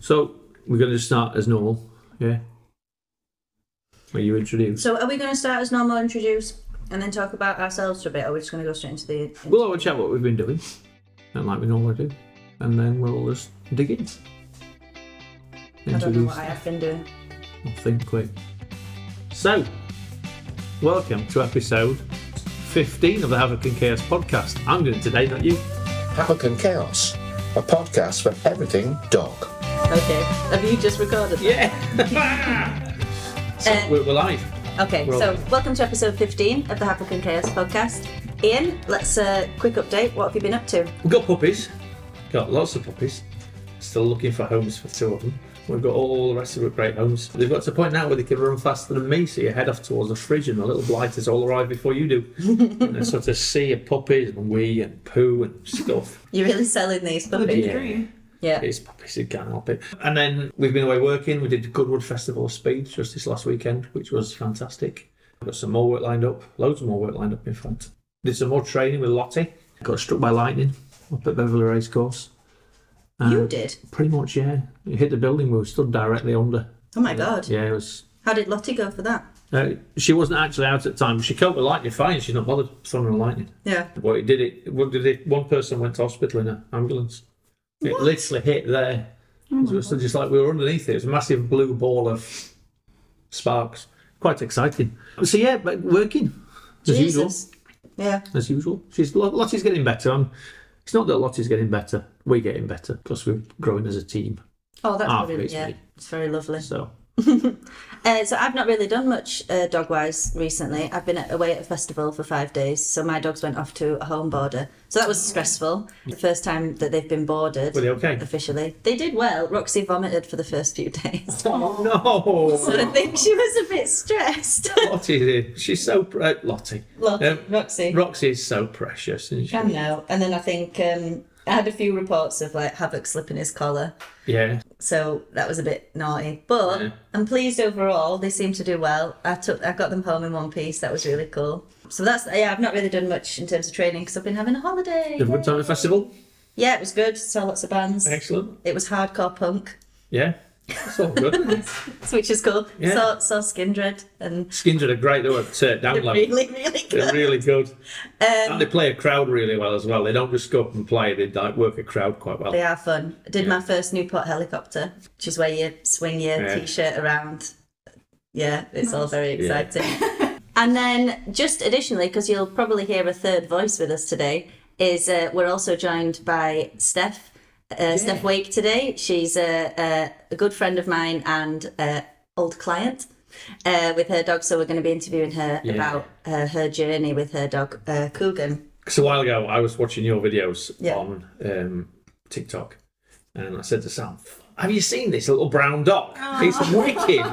So we're going to start as normal. Yeah. Where you introduce. So are we going to start as normal, introduce, and then talk about ourselves for a bit, or are we just going to go straight into the? We'll have a chat what we've been doing, and like we normally do, and then we'll just dig in. I don't know Introduce what I have been doing. I'll think quick. So, welcome to episode 15 of the Havoc and Chaos podcast. I'm doing today, not you. Havoc and Chaos, a podcast for everything dog. Okay. Have you just recorded? that? Yeah! so, Uh, we're, we're live. Okay. Well- so welcome to episode 15 of the Havoc and Chaos podcast. Ian, let's uh, quick update. What have you been up to? We've got puppies. Got lots of puppies. Still looking for homes for two of them. We've got all the rest of the great homes. They've got to a point now where they can run faster than me, so you head off towards the fridge and the little blighters all arrive before you do. and it's sort of sea of puppies and wee and poo and stuff. You're really selling these puppies. Yeah. Yeah. It's puppies, it can't help it. And then we've been away working. We did the Goodwood Festival of Speed just this last weekend, which was fantastic. Got some more work lined up, loads more work lined up, in fact. Did some more training with Lottie. Got struck by lightning up at Beverly Racecourse. You And did. Pretty much, yeah. It hit the building, we were stood directly under. Oh my god. Yeah, it was. How did Lottie go for that? Uh, she wasn't actually out at the time. She coped with lightning fine. She's not bothered thunder and lightning. Yeah. Well, it did it. What did it? One person went to hospital in an ambulance. It literally hit there. Oh it was just like we were underneath it. It was a massive blue ball of sparks. Quite exciting. So yeah, but working as usual. Jesus. Yeah. As usual, she's Lot- Lottie's getting better. i it's not that Lottie's getting better. We're getting better because we're growing as a team. Oh, that's Ah, brilliant. it's Yeah. me. It's very lovely. So Uh, so I've not really done much uh, dog wise recently. I've been at- away at a festival for five days, so my dogs went off to a home border. So that was stressful. The first time that they've been boarded. Oh. Were they okay? Officially, they did well. Roxy vomited for the first few days, no, so I think she was a bit stressed. Lottie, dear, she's so pr- uh, Lottie. Lottie, Um, Roxy. Roxy is so precious, isn't she? I know. And then I think um, I had a few reports of like havoc slipping his collar. Yeah, so that was a bit naughty. But Yeah. I'm pleased overall. They seem to do well. I took, I got them home in one piece. That was really cool. So that's yeah. I've not really done much in terms of training because I've been having a holiday. have a good time at the festival. Yeah, it was good. Saw lots of bands. Excellent. It was hardcore punk, Yeah, it's all good. which is cool. Yeah. Saw saw Skindred and Skins are great though at uh, down low. really really They're good. really good. Um, And they play a crowd really well as well. They don't just go up and play, they like, work a crowd quite well. they are fun. I did my first Newport helicopter, which is where you swing your Yeah. t-shirt around. Yeah, it's all very exciting. and then, just additionally, because you'll probably hear a third voice with us today, is uh, we're also joined by Steph. Uh, Steph Wake today. She's a, a, a good friend of mine and uh, old client uh, with her dog. So we're going to be interviewing her Yeah. about uh, her journey with her dog uh, Coogan. Because a while ago, I was watching your videos Yeah. on um, TikTok, and I said to Sam, Have you seen this little brown dog? Ah. He's wicked.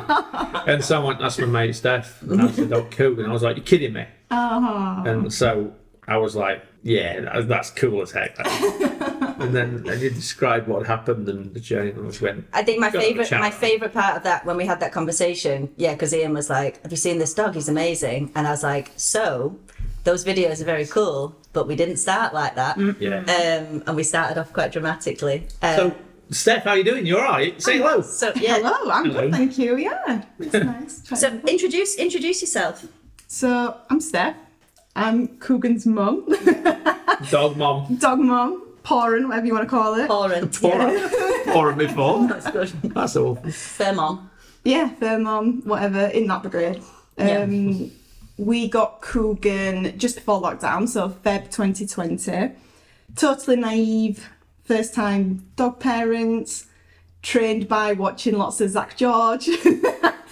and so I went, That's my mate Steph. And I said, Oh, cool. And I was like, You're kidding me. Uh-huh. And so I was like, Yeah, that- that's cool as heck. and then and you described what happened and the journey, and I just went, I think my Got a favorite chat. my favorite part of that when we had that conversation, yeah, because Ian was like, "Have you seen this dog? He's amazing," and I was like, "So, those videos are very cool, but we didn't start like that, Yeah. um, and we started off quite dramatically." Um, So, Steph, how you doing? You all right? Say hello. so yeah. Hello, I'm Hello. good, thank you. Yeah, it's nice. trying So to- introduce introduce yourself. so I'm Steph. I'm Coogan's mum, Dog mom. dog mum, Porin, whatever you want to call it. Lauren. Or, or before. That's good. That's awful. Firm on. Yeah, their mum, whatever, in that degree. Um, We got Coogan just before lockdown, so Feb 2020. Totally naive, first time dog parents, trained by watching lots of Zach George.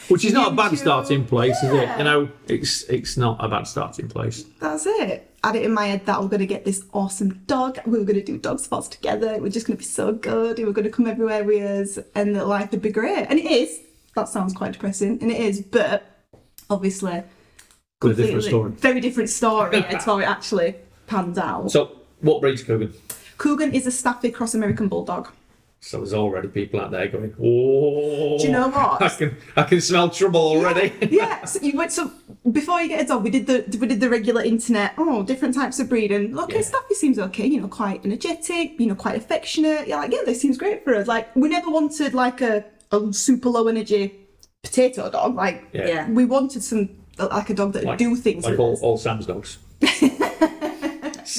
Which is not a bad YouTube. starting place, is it? You know, it's it's not a bad starting place. That's it. I had it in my head that we're going to get this awesome dog. We were going to do dog spots together. We're just going to be so good. We were going to come everywhere with us and that life would be great. And it is. That sounds quite depressing. And it is. But obviously, But a different completely- story. very different story. It's how it actually panned out. So, what breeds Coogan? Coogan is a Staffy Cross American Bulldog. So there's already people out there going, "Oh, Do you know what? I can I can smell trouble already." yeah, so you went so before you get a dog, we did the we did the regular internet. Oh, different types of breeding. Look, his stuff. He seems okay. You know, quite energetic. You know, quite affectionate. Yeah, like yeah, this seems great for us. Like we never wanted like a a super low energy potato dog. Like Yeah. Yeah. we wanted some like a dog that would Like- do things. like with all, us. all Sam's dogs.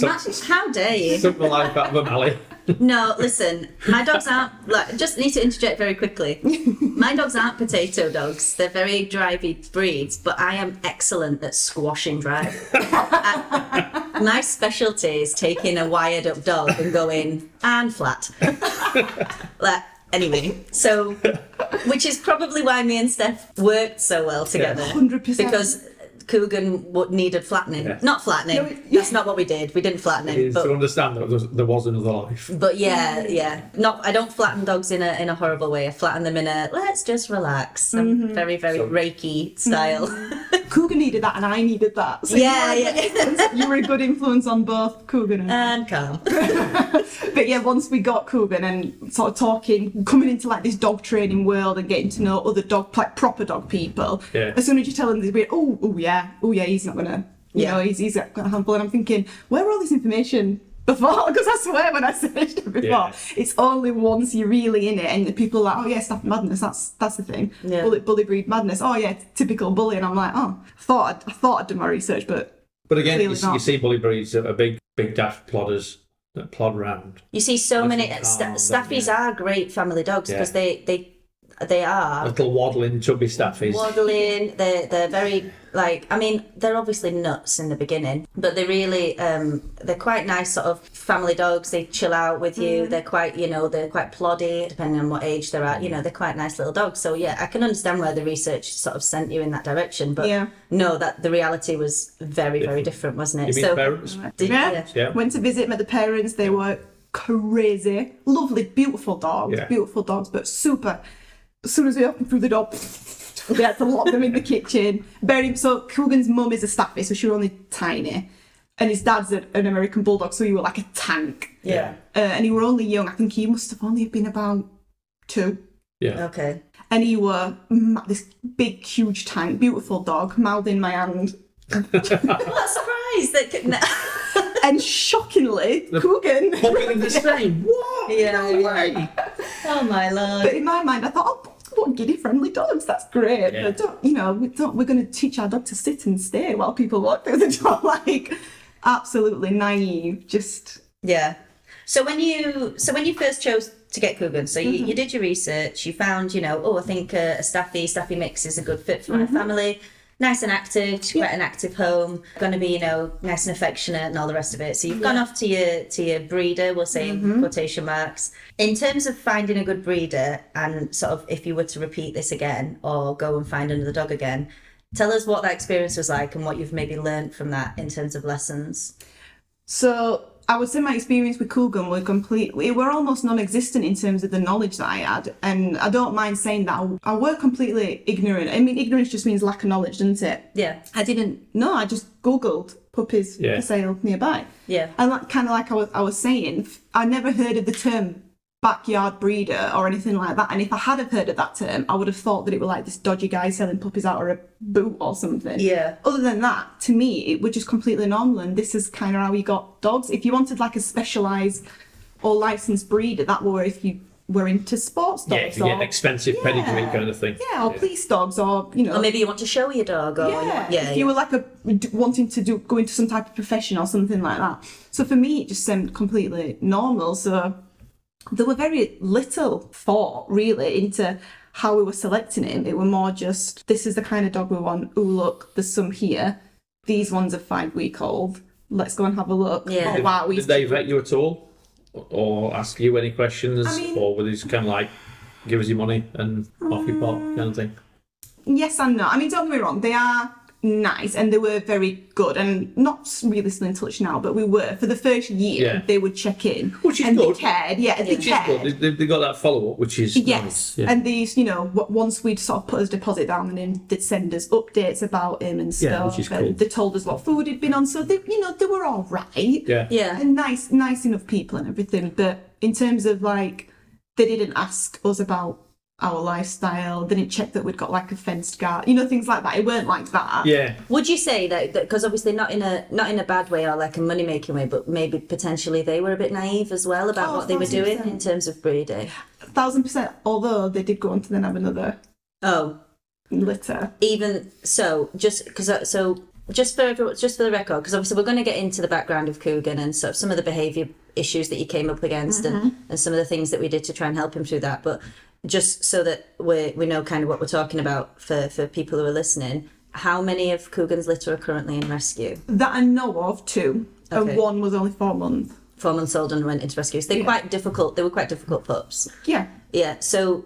Matt, how dare you? Took the life out of them, Ali. No, listen, my dogs aren't. Like, just need to interject very quickly. My dogs aren't potato dogs. They're very drivey breeds, but I am excellent at squashing dry. I- my specialty is taking a wired up dog and going and flat. like, anyway, so which is probably why me and Steph worked so well together. 100%. Because. Coogan w- needed flattening, Yeah. not flattening. No, it- yeah. That's not what we did. We didn't flatten him. Is but to understand that there was- there was another life. but yeah, yeah. Not I don't flatten dogs in a in a horrible way. I flatten them in a let's just relax. I'm Very, very So- reiki style. Cougar needed that, and I needed that. So Yeah, Uh, you were a good influence- you were a good influence on both Coogan and and calm. But yeah, once we got Coogan and sort of talking, coming into like this dog training world and getting to know other dog, like proper dog people. Yeah. As soon as you tell them they're weird, oh, oh yeah, oh yeah, he's not gonna, you Yeah. know, he's he's got a handful. And I'm thinking, where were all this information before? Because I swear when I searched it before, Yeah. it's only once you're really in it and the people are like, oh yeah, stuff madness. That's that's the thing. Yeah. Bully, bully breed madness. Oh yeah, typical bully. And I'm like, oh, I thought I'd, I thought I'd done my research, but But again, you, Clearly see- you not. see bully breeds that are big, big daft plodders that plod round. You see so I many think sta calm, staffies yeah. are great family dogs because Yeah. they they they are Little waddling, chubby staffies. waddling. They're they're very like I mean they're obviously nuts in the beginning, but they really um they're quite nice sort of family dogs. They chill out with you. They're quite you know they're quite ploddy depending on what age they're at. You know they're quite nice little dogs. So yeah, I can understand why the research sort of sent you in that direction. But Yeah. no, that the reality was very very different, wasn't you it? mean so parents? did- Yeah. Yeah. Went to visit met the parents. They were crazy, lovely, beautiful dogs, Yeah. beautiful dogs, but super. As soon as we opened through the door, we had to lock them in the kitchen. Bury him. So Coogan's mum is a staffy, so she was only tiny, and his dad's a- an American bulldog, so he was like a tank. yeah. Uh, and he were only young. I think he must have only been about two uh, Yeah. Okay. and he were ma- this big, huge tank, beautiful dog, mouth in my hand. What a surprise! That could... And shockingly, Coogan. Pumping the same. What? Yeah, No yeah. way. oh my lord. But in my mind, I thought, oh, what giddy friendly dogs, that's great. Yeah. But don't, you know, we don't, we're going to teach our dog to sit and stay while people walk through the door. Like, absolutely naive. Just, Yeah. So when you so when you first chose to get Coogan, so you, you did your research, you found you know oh I think uh, a staffy staffy mix is a good fit for my family. Nice and active, she's quite an active home. Going to be, you know, nice and affectionate and all the rest of it. So you've gone off to your to your breeder. We'll say in quotation marks. In terms of finding a good breeder and sort of if you were to repeat this again or go and find another dog again, tell us what that experience was like and what you've maybe learned from that in terms of lessons. so I would say my experience with Coogan were completely, were almost non existent in terms of the knowledge that I had. And I don't mind saying that I, I were completely ignorant. I mean, ignorance just means lack of knowledge, doesn't it? Yeah. I didn't know. I just Googled puppies Yeah. for sale nearby. Yeah. And like, kind of like I was, I was saying, f- I never heard of the term backyard breeder or anything like that. And if I had have heard of that term, I would have thought that it were like this dodgy guy selling puppies out of a boot or something. Yeah. Other than that, to me, it was just completely normal. And this is kind of how you got dogs. If you wanted like a specialised or licensed breeder, that were if you were into sports Yeah, dogs to get an or expensive pedigree kind of thing. yeah, or police dogs or you know Or maybe you want to show your dog, or you yeah, want- yeah, if you were like a d- wanting to do go into some type of profession or something like that. So for me, it just seemed completely normal. So there were very little thought really into how we were selecting him. It were more just this is the kind of dog we want. Oh look, there's some here. These ones are five week old. Let's go and have a look. Yeah. Oh, wow, we Did they vet you at all? Or ask you any questions? I mean- or were they just kind of like, give us your money and off you pop Mm, kind of thing? Yes and no. I mean, don't get me wrong, they are nice and they were very good and not really still in touch now, but we were. For the first year, Yeah. they would check in. Which is and good. they cared. Yeah, and Which they is cared. good. They, they got that follow up, which is Yes, nice. Yeah. and these, you know, w- once we'd sort of put his deposit down, and then they'd send us updates about him and stuff. Yeah, which is and cool. They told us what food he'd been on, so they, you know, they were all right yeah. yeah, and nice, nice enough people and everything. But in terms of like they didn't ask us about our lifestyle. They didn't check that we'd got like a fenced garden, you know, things like that. It weren't like that. Yeah. Would you say that because obviously not in a not in a bad way or like a money making way, but maybe potentially they were a bit naive as well about Oh, what they were doing in 1000%. terms of breeding. thousand percent. Although they did go on to then have another Oh, litter. even so, just because so just for everyone, just for the record, because obviously we're going to get into the background of Coogan and sort of some of the behaviour issues that he came up against and, and some of the things that we did to try and help him through that. But just so that we we know kind of what we're talking about for for people who are listening, how many of Coogan's litter are currently in rescue? That I know of, two. Okay. And one was only four months. Four months old and went into rescue. So they're quite difficult. They were quite difficult pups. Yeah. yeah so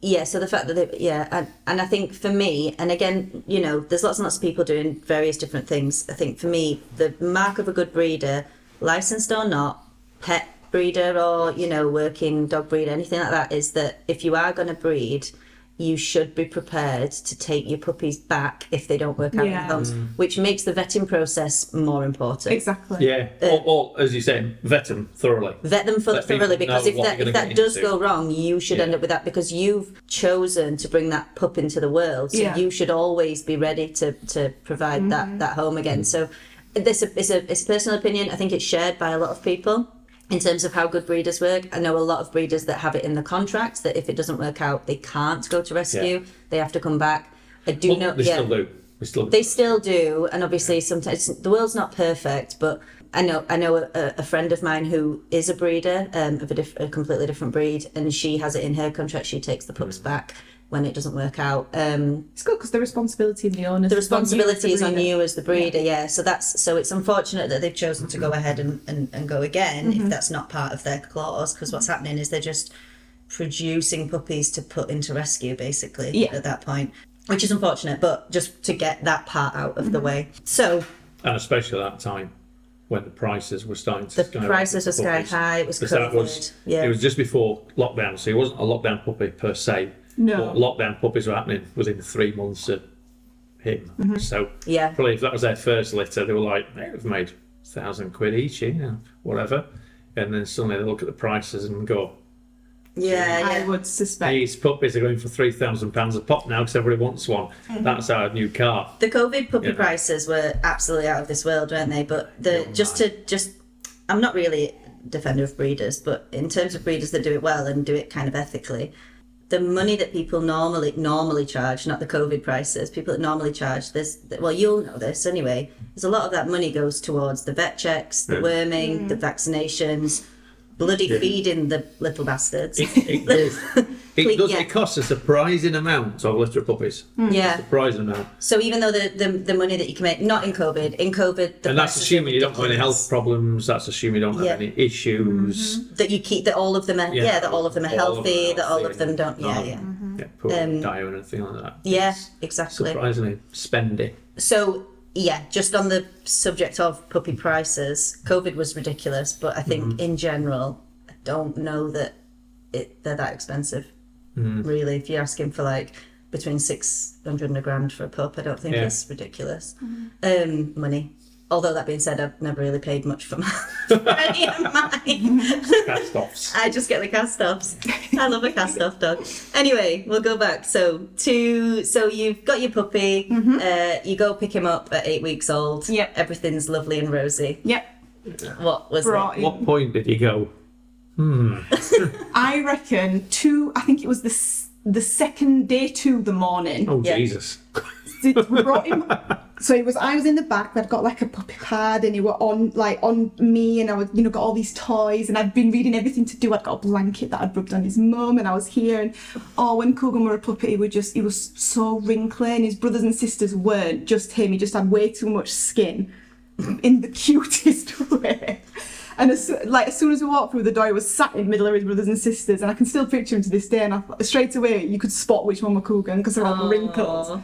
yeah so the fact that they yeah and, and i think for me and again you know there's lots and lots of people doing various different things i think for me the mark of a good breeder licensed or not pet breeder or you know working dog breeder anything like that is that if you are going to breed you should be prepared to take your puppies back if they don't work out Yeah. in homes which makes the vetting process more important Exactly. Yeah. or, or, as you say, vet them thoroughly. vet them for, Let people thoroughly because know if what that you're if gonna that get does into. go wrong, you should end Yeah. up with that because you've chosen to bring that pup into the world. So Yeah. you should always be ready to to provide that that home again. So this is a it's a personal opinion. I think it's shared by a lot of people in terms of how good breeders work. I know a lot of breeders that have it in the contracts that if it doesn't work out, they can't go to rescue. They have to come back. I do Well, know. they yeah. still do. They still They still do, and obviously sometimes the world's not perfect. But I know I know a, a friend of mine who is a breeder um, of a, diff- a completely different breed, and she has it in her contract. She takes the pups back when it doesn't work out. Um, It's good because the responsibility and the onus. the is on you as the responsibility is on breeder. you as the breeder, yeah. So that's so it's unfortunate that they've chosen to go ahead and and, and go again if that's not part of their clause. Because what's happening is they're just producing puppies to put into rescue basically Yeah. at that point which is unfortunate but just to get that part out of the way so and especially that time when the prices were starting to The skyrocket prices for were sky puppies. high, it was Because that was- COVID, yeah. It was just before lockdown, so it wasn't a lockdown puppy per se. No. But lockdown puppies were happening within three months of him. So Mm-hmm. Yeah. probably if that was their first litter, they were like, hey, we've made thousand quid each, you know, whatever. And then suddenly they look at the prices and go, yeah, yeah. I would suspect. these puppies are going for three thousand pounds a pop now because everybody wants one. Mm-hmm. That's our new car. the COVID puppy Yeah. prices were absolutely out of this world, weren't they? But the just to just, I'm not really a defender of breeders, but in terms of breeders that do it well and do it kind of ethically, the money that people normally normally charge, not the COVID prices, people that normally charge this, well, you'll know this anyway. There's a lot of that money goes towards the vet checks, the worming, the vaccinations, bloody feeding the little bastards. It does. It, does, yeah. Mm. it costs a surprising amount of litter puppies. yeah. Surprising amount. So even though the, the the money that you can make, not in COVID, in COVID, the And that's prices are assuming you don't have any health ridiculous. problems. That's assuming you don't Yeah. have any issues. that you keep that all of them are yeah, that all of them are healthy, that all of them don't yeah yeah Mm-hmm. yeah. poor diet or anything like that. yeah It's exactly. surprisingly spendy. So yeah, just on the subject of puppy prices, COVID was ridiculous, but I think in general, I don't know that it they're that expensive. Really, if you're asking for like between six hundred and a grand for a pup, I don't think Yeah. it's ridiculous um, money. Although that being said, I've never really paid much for, my, for any of mine. Cast offs. I just get the cast offs. I love a cast off dog. Anyway, we'll go back. So to so you've got your puppy. Uh, you go pick him up at eight weeks old. Mm-hmm. Yep. Everything's lovely and rosy. Yep. What was Brought it? in. What point did you go? I reckon two. I think it was the s- the second day to the morning. Oh, Yeah. Jesus. So we brought him. So it was. I was in the back. I'd got like a puppy pad, and he were on like on me, and I was you know got all these toys, and I'd been reading everything to do. I'd got a blanket that I'd rubbed on his mum, and I was here. And oh, when Coogan were a puppy, he would just he was so wrinkly, and his brothers and sisters weren't just him. He just had way too much skin, in the cutest way. And as, soo- like as soon as we walked through the door, he was sat in the middle of his brothers and sisters, and I can still picture him to this day. And I, thought- straight away, you could spot which one were Coogan because they're all wrinkled Aw.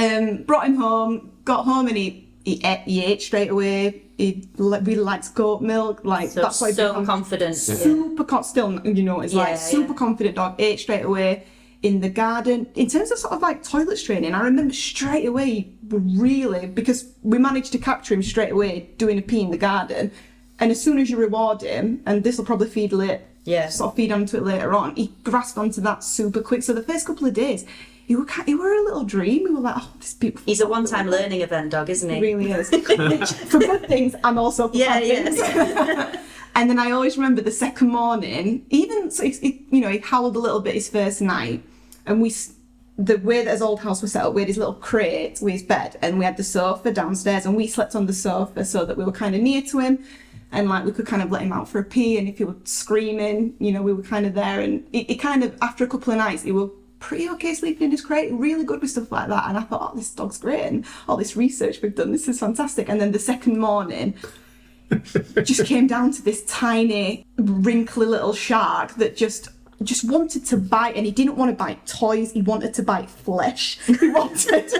um, brought him home, got home, and he he ate, he ate straight away. He li- really likes goat milk, like So, that's why he so became confident. super con- still you know it's Yeah, like super yeah. confident dog. Ate straight away in the garden. In terms of sort of like toilet training, I remember straight away really because we managed to capture him straight away doing a pee in the garden. And as soon as you reward him, and this will probably feed late Yeah. sort of feed onto it later on. He grasped onto that super quick. So the first couple of days, you were ki- you were a little dream. You were like, oh, this beautiful. He's a one time learning event dog, isn't he? It really is. for good things and also for Yeah, bad things. and then I always remember the second morning, even so, he, he- you know, he howled a little bit his first night, and we. s- The way that his old house was set up, we had his little crate with his bed, and we had the sofa downstairs, and we slept on the sofa so that we were kind of near to him, and like we could kind of let him out for a pee, and if he was screaming, you know, we were kind of there, and it, it kind of after a couple of nights, he were pretty okay sleeping in his crate, really good with stuff like that. And I thought, oh, this dog's great, and all this research we've done, this is fantastic. And then the second morning, just came down to this tiny, wrinkly little shark that just just wanted to bite, and he didn't want to bite toys. He wanted to bite flesh. He wanted,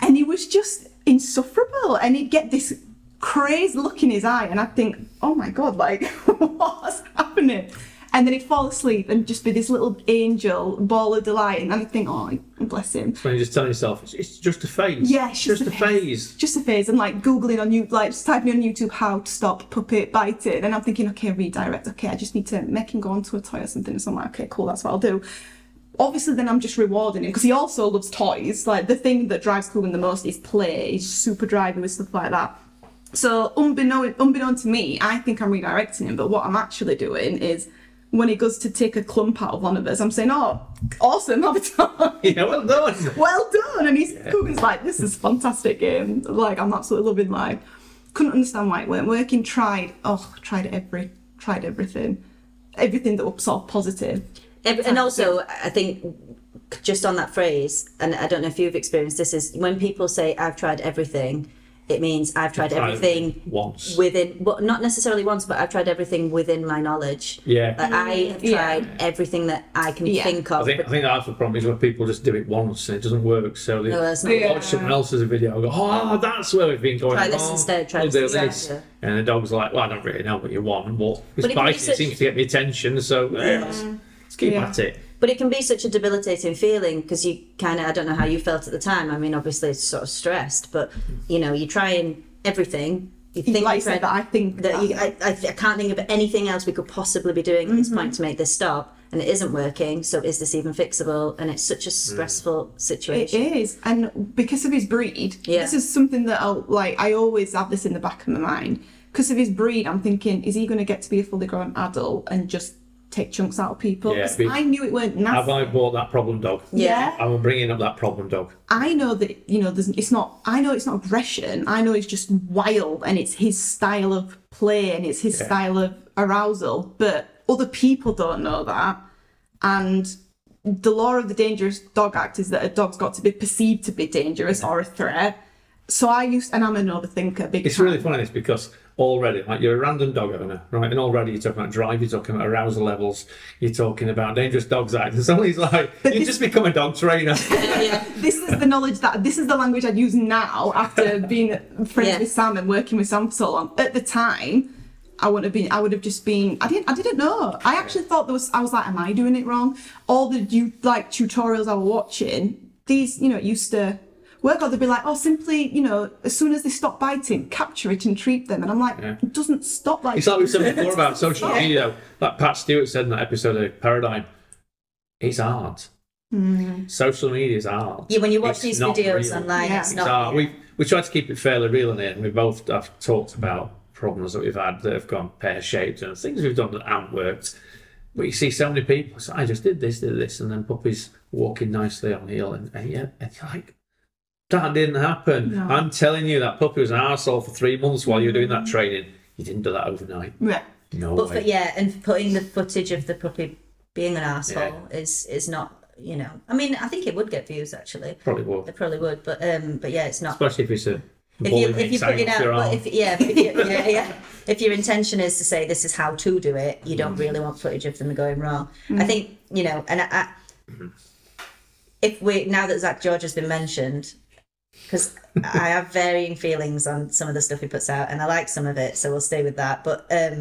and he was just insufferable. And he'd get this crazed look in his eye, and I'd think, oh my god, like what's happening? And then he'd fall asleep and just be this little angel, ball of delight, and I'd think, oh, bless him. When you're just telling yourself, it's, it's just a phase. Yeah, it's it's just, a phase. Just a phase, and like googling on you, like just typing on YouTube how to stop puppet biting, and I'm thinking, okay, redirect. Okay, I just need to make him go onto a toy or something. So I'm like, okay, cool, that's what I'll do. Obviously, then I'm just rewarding him because he also loves toys. Like the thing that drives Coogan the most is play. He's super driving with stuff like that. So unbeknown, unbeknown to me, I think I'm redirecting him. But what I'm actually doing is. When he goes to take a clump out of one of us, I'm saying, "Oh, awesome! Have a toy." Yeah, well done. well done. And he's Coogan's like, this is fantastic game. Like, I'm absolutely loving life. Couldn't understand why it weren't working. Tried, oh, tried every, tried everything, everything that was sort of positive. Ev- And also, I think just on that phrase, and I don't know if you've experienced this, is when people say, I've tried everything, it means I've tried tried everything once. within, well, not necessarily once, but I've tried everything within my knowledge. Yeah. Like, I have Yeah. tried everything that I can Yeah. think I of. think, I but- think half the problem is when people just do it once and it doesn't work. So they No, that's not watch Yeah. someone else's video and go, oh, that's where we've been going. Try this oh, instead, try we'll this do instead, this. yeah. And the dog's like, well, I don't really know what you want, but it's But if you biting, research- it seems to get me attention, so yeah, let's, let's keep Yeah. at it. But it can be such a debilitating feeling because you kind of, I don't know how you felt at the time. I mean, obviously, it's sort of stressed, but you know, you're trying everything. You think like you're you trying- said, that I think that you, I, I, I can't think of anything else we could possibly be doing at this point to Mm-hmm. make this stop and it isn't working so is this even fixable and it's Mm. such a stressful It situation is, and because of his breed, Yeah. this is something that I'll like. I always have this in the back of my mind. Because of his breed, I'm thinking, is he going to get to be a fully grown adult and just take chunks out of people? Yeah, 'Cause be- I knew it weren't Have nasty. I bought that problem dog? Yeah. I'm bringing up that problem dog. I know that you know there's it's not I know it's not aggression. I know it's just wild and it's his style of play and it's his style of arousal. But other people don't know that. And the law of the dangerous dog act is that a dog's got to be perceived to be dangerous or a threat. So I used and I'm an overthinker big It's time. really funny this because already, like you're a random dog owner, right? And already you're talking about drive, you're talking about arousal levels, you're talking about dangerous dogs act, and suddenly it's like you just become a dog trainer. this is the knowledge that this is the language I'd use now after being friends Yeah. with Sam and working with Sam for so long. At the time, I would have been I would have just been I didn't I didn't know. I actually thought there was I was like, am I doing it wrong? All the you like tutorials I were watching, these, you know, it used to work or they'd be like, oh simply, you know, as soon as they stop biting, capture it and treat them. And I'm like, it doesn't stop like It's like we said before about social media, like Pat Stewart said in that episode of Paradigm. It's art. Social media is art. yeah when you watch It's these not videos real. online Yeah. it's It's not art. We we try to keep it fairly real in here, and we both have talked about problems that we've had that have gone pear shaped and things we've done that haven't worked. But you see so many people. So I just did this, did this, and then puppies walking nicely on heel, and, and yeah, it's like that didn't happen. No. I'm telling you, that puppy was an arsehole for three months while you were doing that training. You didn't do that overnight. Yeah. No Mm. but way. for, yeah and putting the footage of the puppy being an asshole is is not you know i mean i think it would get views actually Probably it would. probably would but um but yeah it's not Especially if it's a if you bully if you that's put hanging it off out, your but arm. if yeah, if you, yeah, yeah, if your intention is to say this is how to do it, you don't Mm-hmm. really want footage of them going wrong. I think you know, and I, I, Mm-hmm. if we now that Zach George has been mentioned, because I have varying feelings on some of the stuff he puts out, and I like some of it, so we'll stay with that. But um,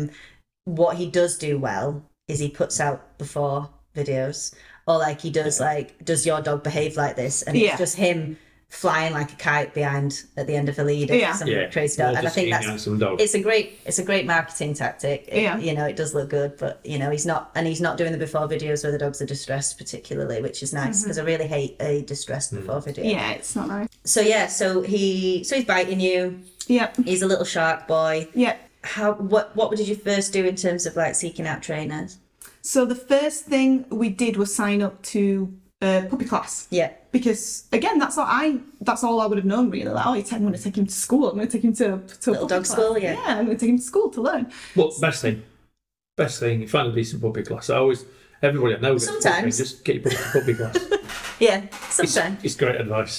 what he does do well is he puts out before videos, or like he does like does your dog behave like this, and Yeah. it's just him flying like a kite behind at the end of a lead or Yeah. some Yeah, crazy we'll dog. And I just think eat that's now some dog. it's a great it's a great marketing tactic. It- Yeah. You know, it does look good, but you know, he's not and he's not doing the before videos where the dogs are distressed particularly, which is nice because I really hate a distressed Mm. before video. Mm-hmm. Yeah, it's not nice. So yeah, so he so he's biting you. Yep. He's a little shark boy. Yep. How what what did you first do in terms of like seeking out trainers? So the first thing we did was sign up to uh, puppy class. Yeah. Because again, that's all I that's all I would have known really. Like, oh, you take- I'm going to take him to school. I'm going to take him to to a puppy dog class. school, yeah. Yeah, I'm going to take him to school to learn. Well, best thing, best thing, you find a decent puppy class. I always, everybody I know, gets a puppy, Sometimes. just get your puppy, puppy class. Yeah. Sometimes. it's great advice.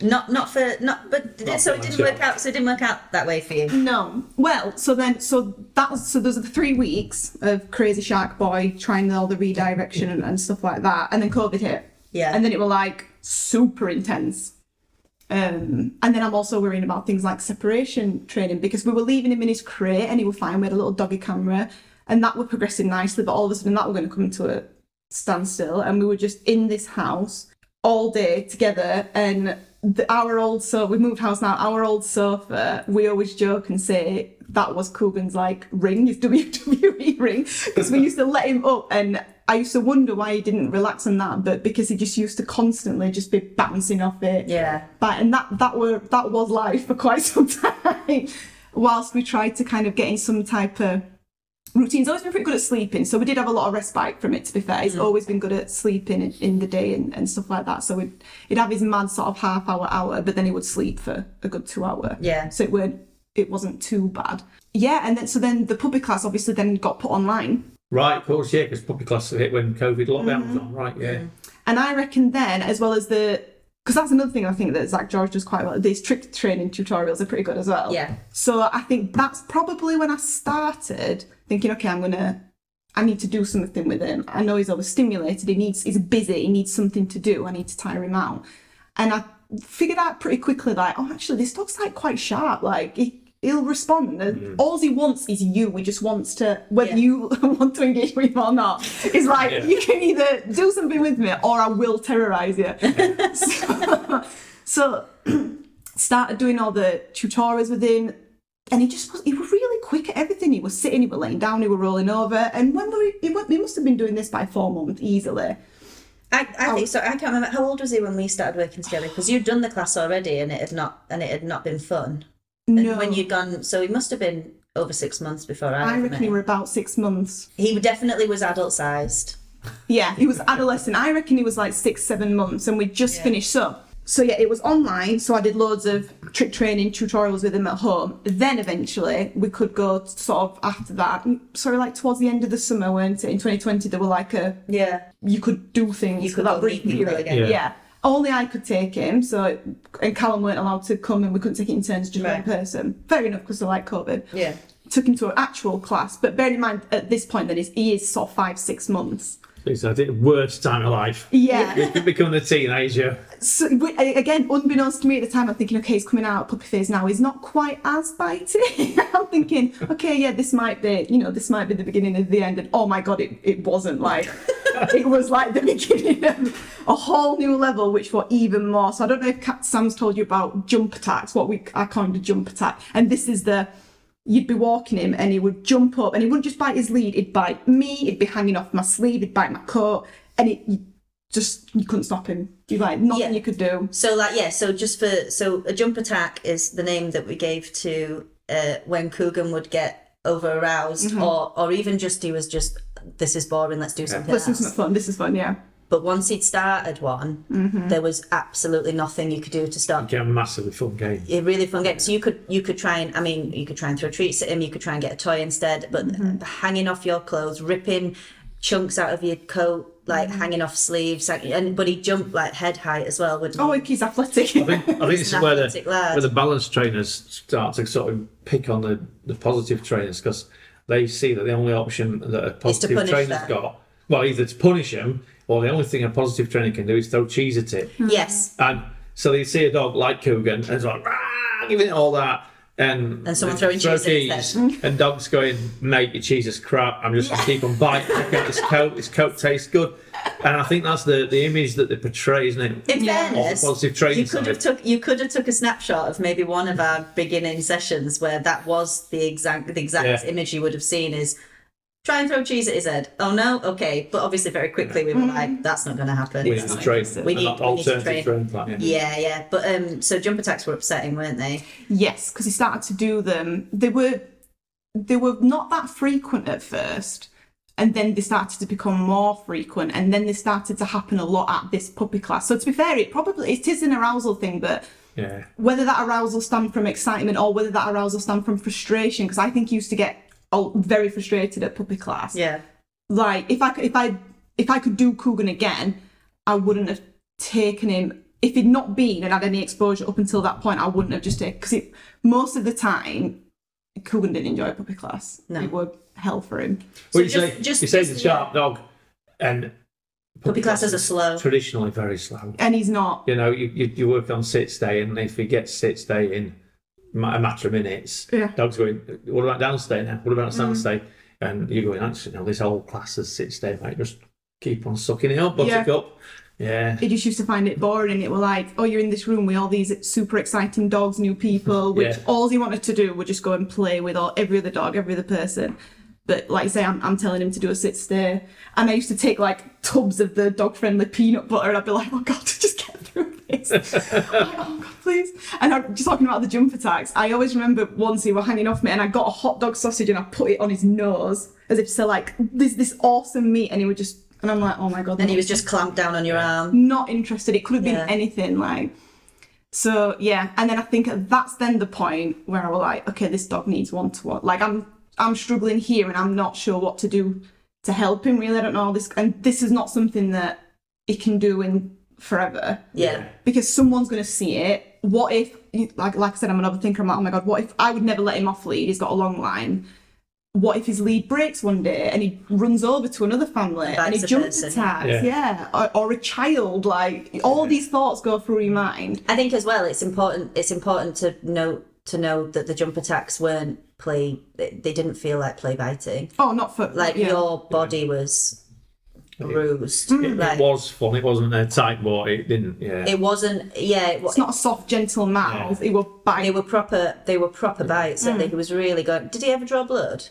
Not not for not but Not so for it didn't myself. work out so it didn't work out that way for you. No. Well, so then, so that was, so those are the three weeks of Crazy Shark Boy trying all the redirection and, and stuff like that, and then COVID hit. Yeah. And then it were like super intense. Um, and then I'm also worrying about things like separation training because we were leaving him in his crate and he was fine. We had a little doggy camera, and that were progressing nicely, but all of a sudden that were going to come to a standstill, and we were just in this house all day together and the, our old so we moved house now our old sofa we always joke and say that was Coogan's like ring his WWE ring because we used to let him up and I used to wonder why he didn't relax on that but because he just used to constantly just be bouncing off it Yeah. but and that that were that was life for quite some time whilst we tried to kind of get in some type of routine's always been pretty good at sleeping so we did have a lot of respite from it to be fair he's Mm. always been good at sleeping in, in the day and, and stuff like that so we'd, he'd have his mad sort of half hour hour but then he would sleep for a good two hour Yeah. so it weren't it wasn't too bad yeah and then so then the puppy class obviously then got put online Right, of course, yeah, because puppy class hit when COVID lockdown Mm-hmm. was on. Right, yeah. And I reckon then, as well as the, because that's another thing I think that Zach George does quite well. These trick training tutorials are pretty good as well. Yeah. So I think that's probably when I started thinking, okay, I'm gonna, I need to do something with him. I know he's overstimulated. He needs, he's busy. He needs something to do. I need to tire him out. And I figured out pretty quickly, like, oh, actually, this dog's like quite sharp. Like he. He'll respond. and All he wants is you. He just wants to, whether Yeah. you want to engage with him or not, is like Yeah. you can either do something with me or I will terrorize you. so, so started doing all the tutorials with him and he just was he was really quick at everything he was sitting he was laying down he was rolling over and when were he, he wa- he must have been doing this by four months easily I, I Oh. think so. I can't remember how old was he when we started working together because you'd done the class already and it had not and it had not been fun. And No. When you'd gone, so he must have been over six months before I. i reckon he met. were about six months He definitely was adult sized. yeah he was adolescent i reckon he was like six seven months and we just finished so so yeah it was online so i did loads of trick training tutorials with him at home then eventually we could go t- sort of after that sorry like towards the end of the summer weren't it in 2020 there were like a Yeah. you could do things You you could could without go breathing meet people really. again. Yeah. Yeah. Only I could take him, so and Callum weren't allowed to come, and we couldn't take it in turns, just Right. one person. Fair enough, because I like COVID. Yeah. Took him to an actual class, but bear in mind at this point that he's, he is sort of five, six months. It's I think the worst time of life. Yeah. Becoming a teenager. so we, a- again, unbeknownst to me at the time, I'm thinking, okay, he's coming out puppy phase now. He's not quite as biting. I'm thinking, okay, yeah, this might be, you know, this might be the beginning of the end. And oh my god, it, it wasn't like it was like the beginning of a whole new level, which were even more. So I don't know if Kat Sam's told you about jump attacks, what we I kind of jump attack, and this is the you'd be walking him and he would jump up and he wouldn't just bite his lead, he'd bite me, he'd be hanging off my sleeve, he'd bite my coat, and it you just you couldn't stop him. You like nothing Yeah. you could do. So like yeah. So just for so a jump attack is the name that we gave to uh, when Coogan would get over aroused Mm-hmm. or or even just he was just this is boring. Let's do something This else. is fun. This is fun. Yeah. But once he'd started one, Mm-hmm. there was absolutely nothing you could do to stop Yeah, massively fun game. a really fun game. So you could you could try and I mean you could try and throw treats at him. You could try and get a toy instead. But Mm-hmm. hanging off your clothes, ripping chunks out of your coat, like Mm-hmm. hanging off sleeves, like, and but he jumped like head height as well, wouldn't he? Oh, he's athletic. I think, I think this an is where the, athletic lad. where the balance trainers start to sort of pick on the, the positive trainers because they see that the only option that a positive punish trainer's them. got, well, either to punish them or the only thing a positive trainer can do is throw cheese at it. yes, And so they see a dog like Coogan and it's like, "Rah," giving it all that. and, And someone they throwing throw cheese at keys, and dogs going, mate, your cheese is crap. I'm just gonna keep on biting. Look at this coat. This coat tastes good, and I think that's the the image that they portray, isn't it? In Yeah. fairness, Of positive training you could side. have took you could have took a snapshot of maybe one of our beginning sessions where that was the exact the exact Yeah. image you would have seen is try and throw cheese at his head. Oh no, okay, but obviously very quickly we were Mm-hmm. like, that's not going to happen. We It's need to not- train. impressive. We an need- we need to alternative train. training plan. Yeah. Yeah, yeah, but um, so jump attacks were upsetting, weren't they? Yes, because he started to do them. They were they were not that frequent at first, and then they started to become more frequent, and then they started to happen a lot at this puppy class. So to be fair, it probably it is an arousal thing, but yeah. whether that arousal stemmed from excitement or whether that arousal stemmed from frustration, because I think he used to get all- very frustrated at puppy class. Yeah, Like if I could, if I if I could do Coogan again, I wouldn't have taken him. If he'd not been and had any exposure up until that point, I wouldn't have just taken because most of the time, Coogan didn't enjoy puppy class. No. It were hell for him. Well, you So say just- just- you say just the the- sharp dog, and Puppy classes are is slow. Traditionally, very slow. And he's not. You know, you, you, you work on sits day, and if you get sits day in ma- a matter of minutes, Yeah. Mm. dog's going, What about downstay now? What about downstay? And you're going, Actually, no, this whole class is sits day, mate. Just keep on sucking it up, buttercup. up. Yeah. He just used to find it boring, and it were like, "Oh, you're in this room with all these super exciting dogs, new people." Which Yeah. all he wanted to do was just go and play with all every other dog, every other person. But like I say, I'm, I'm telling him to do a sit stay, and I used to take like tubs of the dog friendly peanut butter, and I'd be like, "Oh God, just get through this." like, oh God, please. And I'm just talking about the jump attacks. I always remember once he were hanging off me, and I got a hot dog sausage and I put it on his nose as if to say like this this awesome meat, and he would just. And I'm like, oh my god! and he no was just clamped down on your arm. not interested. It could have been Yeah. anything like. So yeah, and then I think that's then the point where I was like, okay, this dog needs one to one. Like I'm I'm struggling here and I'm not sure what to do to help him. Really, I don't know this, and this is not something that he can do in forever Yeah, because someone's going to see it. What if, like, like I said, I'm another thinker. I'm like, oh my god, what if I would never let him off lead? He's got a long line. What if his lead breaks one day and he runs over to another family and he Vice jumps versa. attacks? Yeah. Yeah, Or, or a child. Like all these thoughts go through your mind. I think as well, it's important. It's important to note to know that the jump attacks weren't play. They, they didn't feel like play biting. Oh, not for Like yeah. your body was bruised. like It was fun. It wasn't a tight ball. It didn't. Yeah. it wasn't. Yeah, it was. It's not a soft, gentle mouth. It will They bite. were proper. They were proper bites. I think he was really good. Did he ever draw blood?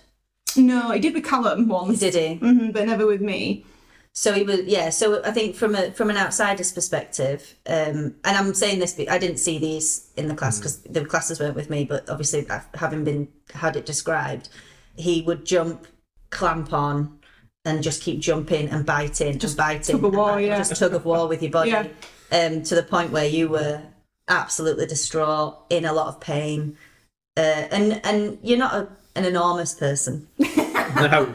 No, it did with Callum once, Did he? hmm but never with me. So he was. Yeah. So I think from a from an outsider's perspective, um, and I'm saying this, be- I didn't see these in the Mm. class because the classes weren't with me. But obviously, I've- having been had it described, he would jump, clamp on. And just keep jumping and biting, just biting, tug of and war, biting, yeah. just tug of war with your body, Yeah. um, to the point where you were absolutely distraught, in a lot of pain, uh, and and you're not a, an enormous person, No.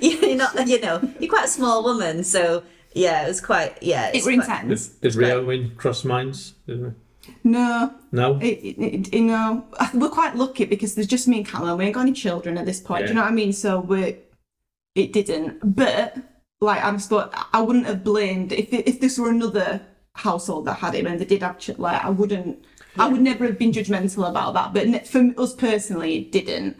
you're not, you know, you're quite a small woman, so yeah, it was quite, yeah. It it's were quite- intense. Did Rio win cross mines? Did we? No, No. It, it, it, you know, we're quite lucky because there's just me and Callum. We ain't got any children at this point. Do Yeah. you know what I mean? So we, it didn't. But like I'm still, I wouldn't have blamed if it, if this were another household that had him and they did have children. Like I wouldn't, I would never have been judgmental about that. But ne- for us personally, it didn't.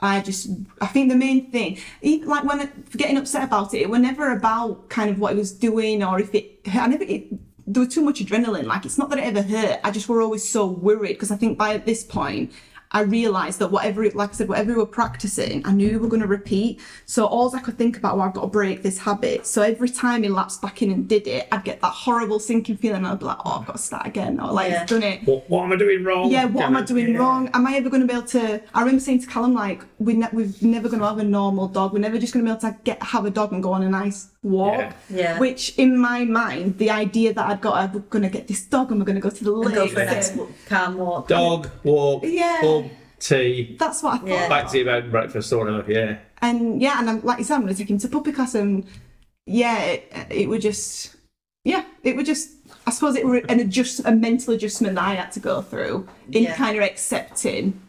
I just, I think the main thing, even like when I, getting upset about it, it were never about kind of what he was doing or if it, I never, it, there was too much adrenaline. Like it's not that it ever hurt. I just were always so worried because I think by this point, I realised that whatever, it- like I said, whatever we were practicing, I knew we were going to repeat. So all I could think about, well, I've got to break this habit. So every time he lapsed back in and did it, I'd get that horrible sinking feeling. and I'd be like, oh, I've got to start again. Or like, Yeah. he's done it. What, what am I doing wrong? Yeah, what am I doing Oh, Yeah. wrong? Am I ever going to be able to? I remember saying to Callum, like, we ne- we're never going to have a normal dog. We're never just going to be able to get have a dog and go on a nice walk. Yeah. Yeah. Which, in my mind, the idea that I'd got, I'm going to get this dog and we're going to go to the And lake. go for a and- nice wa- calm walk. Dog, walk, Yeah. pub, tea, That's what I thought. Yeah. back to your bed and breakfast or whatever. Yeah. And yeah, and I'm, like you said, I'm going to take him to puppy class. And yeah, it, it would just, yeah, it would just, I suppose it were an adjust, a mental adjustment that I had to go through in Yeah. kind of accepting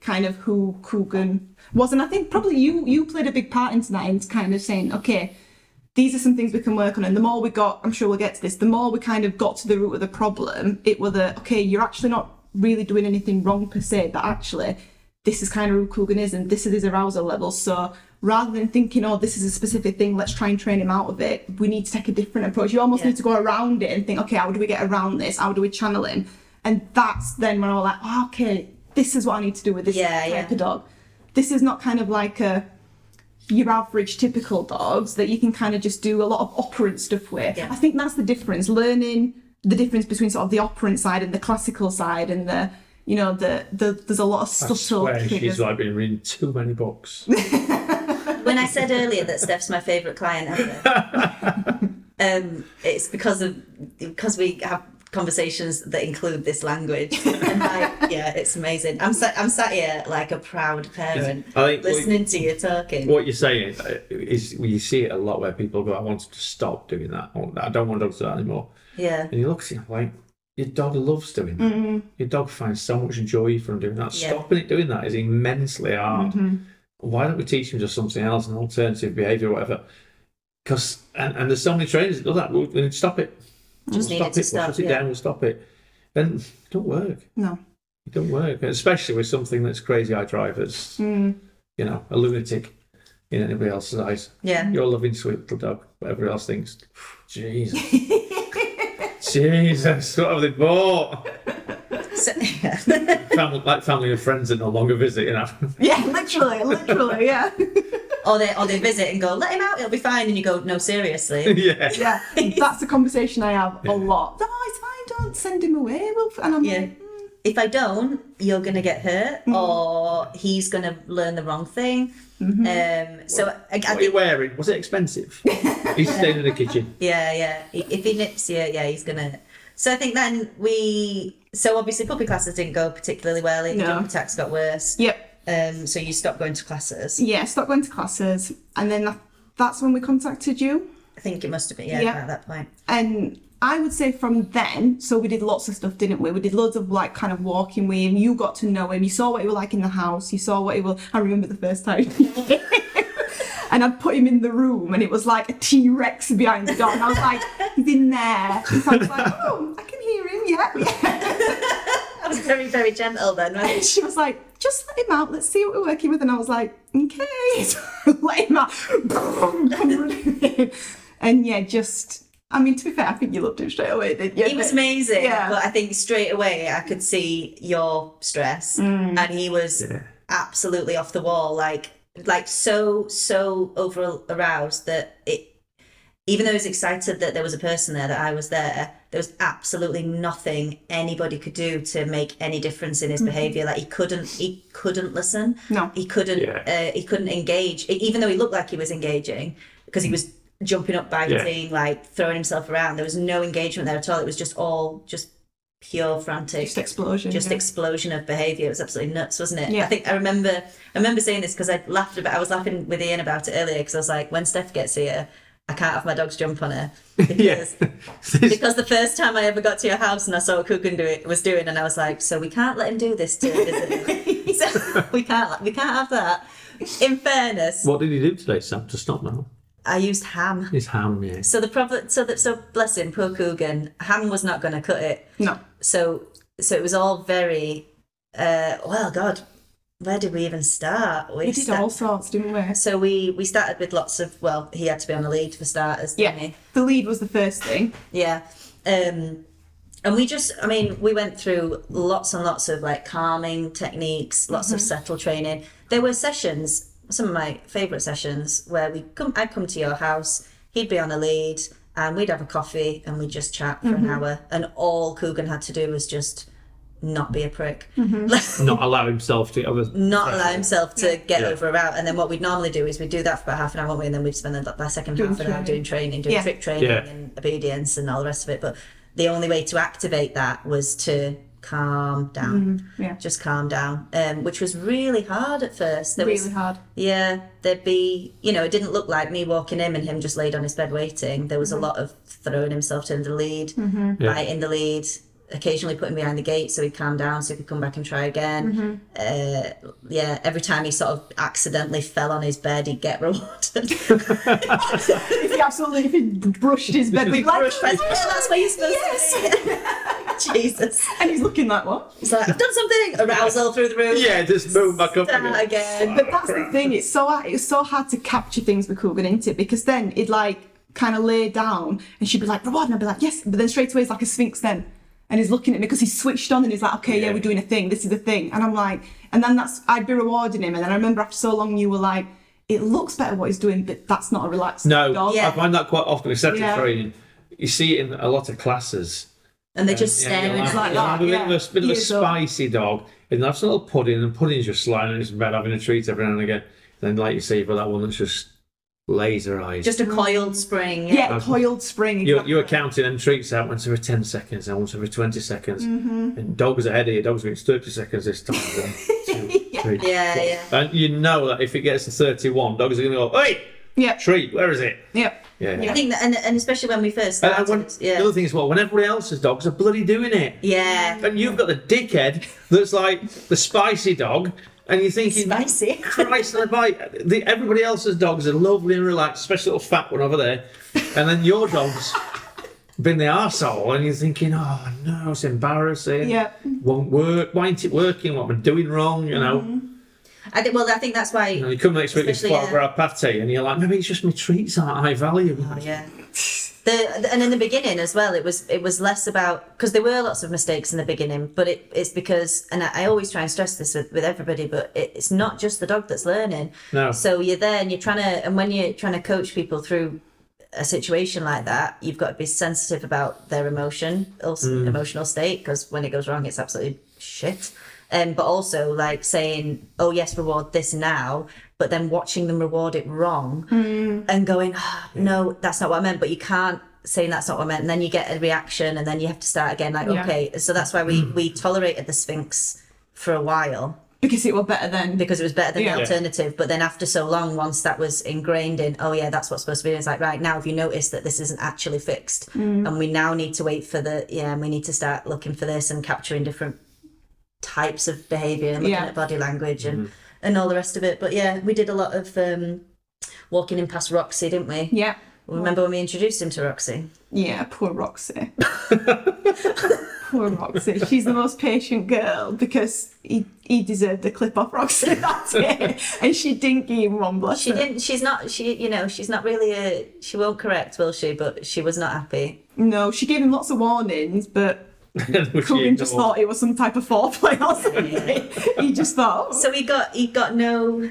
kind of who Coogan was. And I think probably you you played a big part into that, into kind of saying, okay, these are some things we can work on. And the more we got, I'm sure we'll get to this, the more we kind of got to the root of the problem, it were the, okay, you're actually not really doing anything wrong per se, but actually, this is kind of who Coogan is and this is his arousal level. So rather than thinking, oh, this is a specific thing, let's try and train him out of it, we need to take a different approach. You almost need to go around it and think, okay, how do we get around this? How do we channel him? And that's then when I'm like, oh, okay, this is what I need to do with this Yeah, type yeah. of dog. This is not kind of like a your average typical dogs that you can kind of just do a lot of operant stuff with. Yeah. I think that's the difference. Learning the difference between sort of the operant side and the classical side and the you know the, the there's a lot of I subtle swear she's triggers. like been reading too many books. when I said earlier that Steph's my favourite client ever, um, it's because of because we have conversations that include this language. And like, yeah, it's amazing. I'm sat, I'm sat here like a proud parent, I think what- listening to you talking. What you're saying uh, is you see it a lot where people go, "I want to stop doing that. I want- I don't want dogs to do that anymore." yeah, And you look at it like your dog loves doing that. Your dog finds so much joy from doing that. Mm-hmm. Yeah. Mm-hmm. Stopping it doing that is immensely hard. Why don't we teach him just something else, an alternative behaviour, or whatever? Because and, and there's so many trainers that do that. We'll, we need to stop it. just we'll stop needed it. to we'll stop. shut it yeah. down. We'll stop it. And it don't work. No. It don't work, especially with something that's crazy eye drivers. Hmm. You know, a lunatic in anybody else's eyes. yeah, Your loving sweet little dog, whatever else thinks. Jesus. Jesus, what have they bought? So- yeah. Family, like family and friends that no longer visit, you know. Yeah, literally, literally, yeah. or they or they visit and go, let him out, he'll be fine, and you go, no, seriously. yeah. Yeah. That's a conversation I have a lot. Oh, it's fine, don't send him away. We'll f-" and I'm Yeah. like, mm. If I don't, you're gonna get hurt, or he's gonna learn the wrong thing. Um, so I, I What are you think, wearing? Was it expensive? He's staying in the kitchen. yeah, yeah. If he nips you, yeah, he's gonna. So I think then we. So obviously, puppy classes didn't go particularly well. It No. Jump attacks got worse. Yep. Um, so you stopped going to classes. Yeah, stop going to classes. And then that, that's when we contacted you. I think it must have been yeah, Yeah. at that point. And I would say from then, so we did lots of stuff, didn't we? We did loads of like kind of walking with him. You got to know him. You saw what he was like in the house. You saw what he was. I remember the first time. And I'd put him in the room, and it was like a T Rex behind the door. And I was like, he's in there. So I was like, oh, I can hear him, yeah, I yeah. was very very gentle then. And Right? she was like, just let him out. Let's see what we're working with. And I was like, okay. So I let him out. and yeah, just, I mean, to be fair, I think you loved him straight away, didn't you? He was amazing, Yeah. but I think straight away I could see your stress, Mm. and he was absolutely off the wall, like like so so over aroused that it. Even though I was excited that there was a person there, that I was there, there was absolutely nothing anybody could do to make any difference in his behavior. Like he couldn't, he couldn't listen. Mm-hmm. No. he couldn't. Yeah. Uh, he couldn't engage, E- even though he looked like he was engaging because he was jumping up, biting, like throwing himself around. There was no engagement there at all. It was just all just pure frantic, Just explosion. just yeah. explosion of behaviour. It was absolutely nuts, wasn't it? Yeah. I think I remember. I remember saying this because I laughed about. I was laughing with Ian about it earlier because I was like, when Steph gets here, I can't have my dogs jump on her. Because, because the first time I ever got to your house and I saw what Coogan do it was doing, and I was like, so we can't let him do this to him. so we can't. We can't have that. In fairness, What did he do today, Sam, to stop now? I used ham. His ham, yeah. So the problem. So that. So bless him, poor Coogan. Ham was not going to cut it No. so so it was all very uh well god where did we even start we We did sta- all sorts, didn't we? so we we started with lots of well he had to be on the lead for starters Yeah. didn't The lead was the first thing. he yeah um and we just i mean we went through lots and lots of like calming techniques lots of settle training there were sessions some of my favorite sessions where we come i'd come to your house he'd be on a lead and we'd have a coffee and we'd just chat for an hour and all coogan had to do was just not be a prick Not allow himself to. I was- not allow himself to get Yeah. over or out. And then what we'd normally do is we'd do that for about half an hour, wouldn't we? And then we'd spend the, the second half an hour training. doing training, doing Yeah. trick training Yeah. and obedience and all the rest of it. But the only way to activate that was to calm down. yeah. Just calm down, um, which was really hard at first. There was, Really hard. yeah, there'd be, you know, it didn't look like me walking in and him just laid on his bed waiting. There was a lot of throwing himself to the lead, Yeah. biting the lead, occasionally putting behind the gate so he'd calm down so he could come back and try again. Uh, yeah, every time he sort of accidentally fell on his bed, he'd get rewarded. If he absolutely if he brushed his bed, we'd like, That's- yeah, that's where you're supposed to be. Jesus. And he's looking like what? It's like, I've done something. Arousal through the room. Yeah, just move back up Start again. again. But that's the thing. It's so hard- it's so hard to capture things with Coogan, isn't it? Because then it'd like kind of lay down, and she'd be like reward, and I'd be like yes. But then straight away it's like a sphinx then, and he's looking at me because he's switched on, and he's like okay, yeah. Yeah. we're doing a thing. This is a thing, and I'm like, and then that's I'd be rewarding him, and then I remember after so long you were like, it looks better what he's doing, but that's not a relaxed No, dog. Yeah. I find that quite often with septic Yeah. training. You see it in a lot of classes. And they just stare you'll into have- like you'll that, have a bit yeah. of a, bit of a Years old. spicy dog, and that's a little pudding, and pudding's just lying in its bed having a treat every now and again. Then, like you say, for that one that's just laser eyes. "Oh, Just a coiled spring. Yeah, Okay. coiled spring. you're, you're counting them treats out once every 10 seconds and once every 20 seconds. Mm-hmm. And dog's ahead of you, dog's going 30 seconds this time. One, two, three, Yeah, four. yeah. And you know that if it gets to 31, dogs are going to go, hey, Yeah, treat, where is it? yeah. Yeah. I think that, and, and especially when we first And, and started. when, yeah. the other thing is, well, when everybody else's dogs are bloody doing it. yeah. and you've got the dickhead that's like the spicy dog, and you're thinking, Spicy. Christ, I bite. The, everybody else's dogs are lovely and relaxed, especially little fat one over there, and then your dog's been the arsehole, and you're thinking, oh no, it's embarrassing. Yeah. Won't work. Why ain't it working? What am I doing wrong? You know. I think, well, I think that's why. You, know, you come next week, it's Mm-hmm. Especially, flour bread patty, and you're like, maybe it's just my treats aren't high value. Oh, yeah. The, the- and in the beginning as well, it was it was less about because there were lots of mistakes in the beginning, but it, it's because and I, I always try and stress this with, with everybody, but it, it's not just the dog that's learning. No. So you're there and you're trying to and when you're trying to coach people through a situation like that, you've got to be sensitive about their emotion, also emotional state, because when it goes wrong, it's absolutely shit. Um, but also like saying, "Oh yes, reward this now," but then watching them reward it wrong and going, "Ah, "No, that's not what I meant." But you can't saying that's not what I meant, and then you get a reaction, and then you have to start again. Like, Yeah. okay, so that's why we we tolerated the Sphinx for a while Because it were better then. because it was better than Yeah. the alternative. But then after so long, once that was ingrained in, oh yeah, that's what's supposed to be. It's like right now, if you notice that this isn't actually fixed, Mm. and we now need to wait for the yeah, and we need to start looking for this and capturing different types of behaviour and looking at Yeah. body language and and all the rest of it. But yeah, we did a lot of um, walking in past Roxy, didn't we? Yeah. Remember when we introduced him to Roxy? Yeah, poor Roxy. poor Roxy. She's the most patient girl because he, he deserved a clip off Roxy that day. And she didn't give him one bless She her. didn't. She's not. She, you know, she's not really a. She won't correct, will she? But she was not happy. No, she gave him lots of warnings, but Which you Coogan just ignore. thought it was some type of foreplay or something. he just thought, oh. So he got. He got no.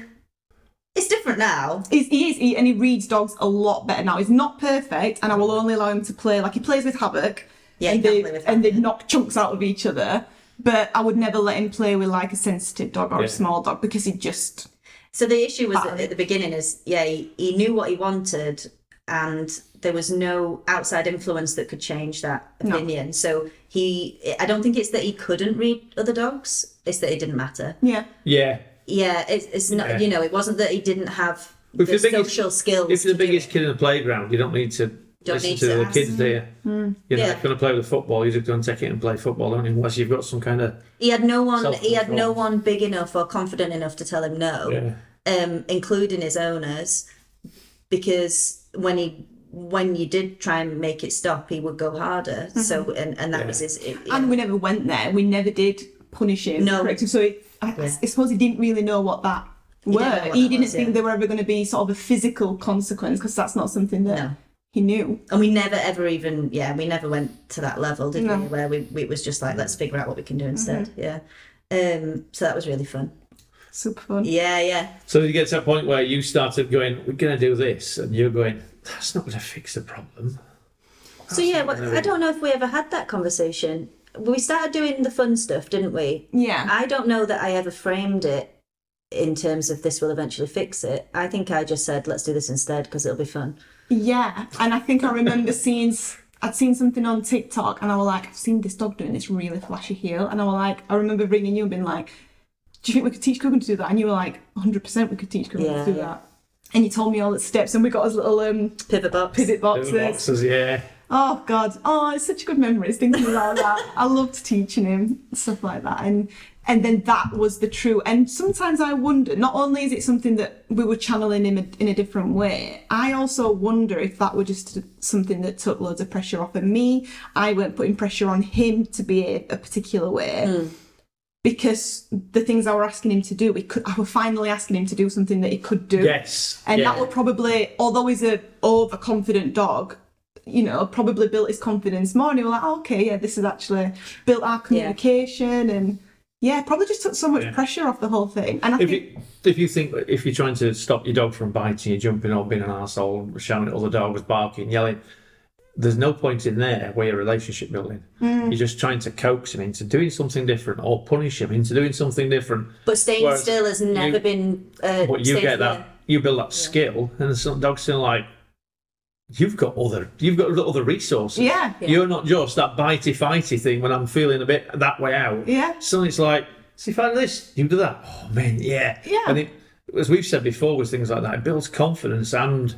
It's different now. He's, he is, he, and he reads dogs a lot better now. He's not perfect, and I will only allow him to play like he plays with Havoc. Yeah, and he can they, play with and they Havoc. knock chunks out of each other. But I would never let him play with like a sensitive dog or Yeah. a small dog because he just So the issue was at, Battery. at the beginning is yeah he, he knew what he wanted and there was no outside influence that could change that opinion. So he I don't think it's that he couldn't read other dogs. It's that it didn't matter. yeah. Yeah. Yeah, it's, it's not Yeah. you know it wasn't that he didn't have the, If you're the biggest- social skills. If you're to the do biggest it. kid in the playground, you don't need to listen need to, to the ask. kids, do you? You know, Yeah. if you're going to play with the football, you just go and take it and play football, don't you? Unless you've got some kind of. he had no one he had no Self-control. one big enough or confident enough to tell him no. Yeah. um, including his owners, because when he when you did try and make it stop, he would go harder. So and, and that was his. It, Mm-hmm. And we never went there. We never did punish him. No. correct him. So it, I, I suppose he didn't really know what that were. know what he that didn't was, think yeah. there were ever going to be sort of a physical consequence because that's not something that No. he knew. and we never ever even yeah we never went to that level did No. Mm-hmm. we where we, we it was just like let's Mm-hmm. figure out what we can do instead yeah um so that was really fun Super fun. yeah yeah So you get to a point where you started going, we're going to do this, and you're going, that's not going to fix the problem. so yeah what, I don't know if we ever had that conversation we started doing the fun stuff didn't we Yeah. I don't know that I ever framed it in terms of this will eventually fix it. I think I just said, let's do this instead because it'll be fun. Yeah, and I think I remember seeing s- I'd seen something on TikTok, and I was like, I've seen this dog doing this really flashy heel, and I was like, I remember ringing you and being like, Do you think we could teach Coogan to do that? And you were like, 100 percent we could teach Coogan Yeah, to do yeah. that. And you told me all the steps, and we got his little um Pivot box. pivot boxes. Boxes, yeah. Oh God! Oh, it's such good memories thinking about that. I loved teaching him stuff like that, and and then that was the true. And sometimes I wonder. Not only is it something that we were channeling him in a, in a different way, I also wonder if that were just something that took loads of pressure off of me. I weren't putting pressure on him to be a, a particular way. Because the things I were asking him to do, we could, I were finally asking him to do something that he could do. Yes. And yeah. that will probably, although he's a overconfident dog, you know, probably built his confidence more. And he was like, "Oh, okay, yeah, this has actually built our communication and yeah, probably just took so much pressure off the whole thing. And I if think you if you think if you're trying to stop your dog from biting you, jumping or being an arsehole, shouting at other dogs, barking, yelling, there's no point in there where you're relationship building. You're just trying to coax him into doing something different or punish him into doing something different. But staying Whereas still has never you- been. Uh, But you safe get that there. you build that skill and some dogs feel like You've got other, you've got other resources. Yeah. Yeah. You're not just that bitey fighty thing when I'm feeling a bit that way out. Yeah. So it's like, see, if I do this, you do that. Oh man, yeah. Yeah. And it, as we've said before, with things like that, it builds confidence and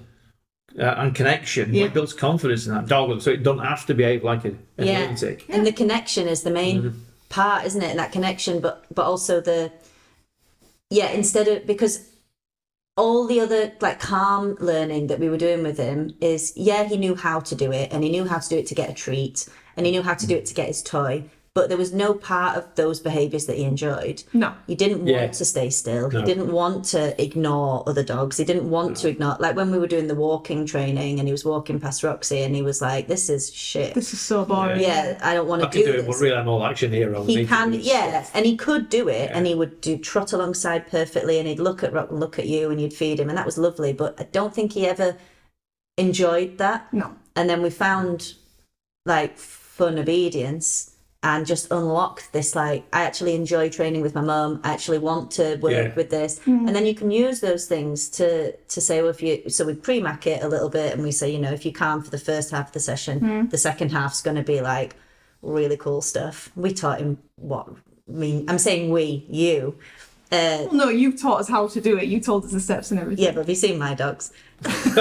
uh, and connection. Yeah. It builds confidence in that dog, so it doesn't have to behave like a, a Yeah. lunatic. And the connection is the main part, isn't it? That connection, but but also the yeah. Instead of because all the other like calm learning that we were doing with him is yeah, he knew how to do it, and he knew how to do it to get a treat, and he knew how to do it to get his toy. But there was no part of those behaviours that he enjoyed. no, He didn't want Yeah. to stay still. He didn't want to ignore other dogs. He didn't want to ignore like when we were doing the walking training and he was walking past Roxy and he was like, "This is shit. this is so boring. yeah, I don't want I to can do, do it, this." but really, I'm all action hero. he Need to can, do this. yeah, and he could do it, and he would do trot alongside perfectly, and he'd look at Rock and look at you, and you'd feed him, and that was lovely. But I don't think he ever enjoyed that No, and then we found like fun obedience and just unlocked this like i actually enjoy training with my mum i actually want to work Yeah. with this and then you can use those things to to say well if you so we pre-mac it a little bit and we say you know if you calm for the first half of the session the second half's going to be like really cool stuff we taught him what I mean i'm saying we you uh well, no, you taught us how to do it. You told us the steps and everything. yeah, but have you seen my dogs? I've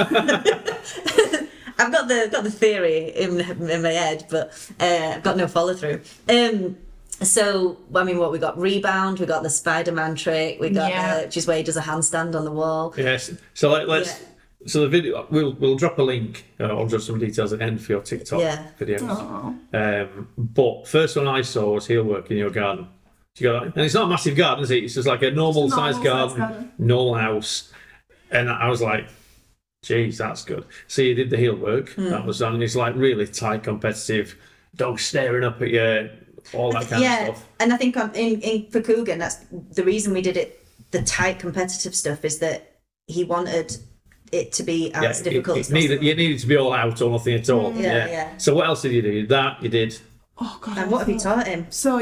got the got the theory in, in my head, but uh, I've got no follow through. Um, so I mean, what we got? Rebound. We got the Spider Man trick. We got Yeah. uh, which is where he does a handstand on the wall. Yes. So let, let's. So the video, we'll we'll drop a link uh, or just some details at the end for your TikTok Yeah. videos. Oh, Um, but first one I saw was heel work in your garden. You got, and it's not a massive garden, is it? It's just like a normal, Just a normal size size garden, garden. normal house. And I was like, "Geez, that's good." So you did the heel work. That was done. And it's like really tight, competitive. Dogs staring up at you, all that kind yeah, of stuff. and I think on, in, in for Coogan, that's the reason we did it. The tight competitive stuff is that he wanted it to be Yeah, as it- difficult it as possible. needed, you needed to be all out or nothing at all. Yeah, yeah. So what else did you do? You did That you did Oh God. and what have you taught him? So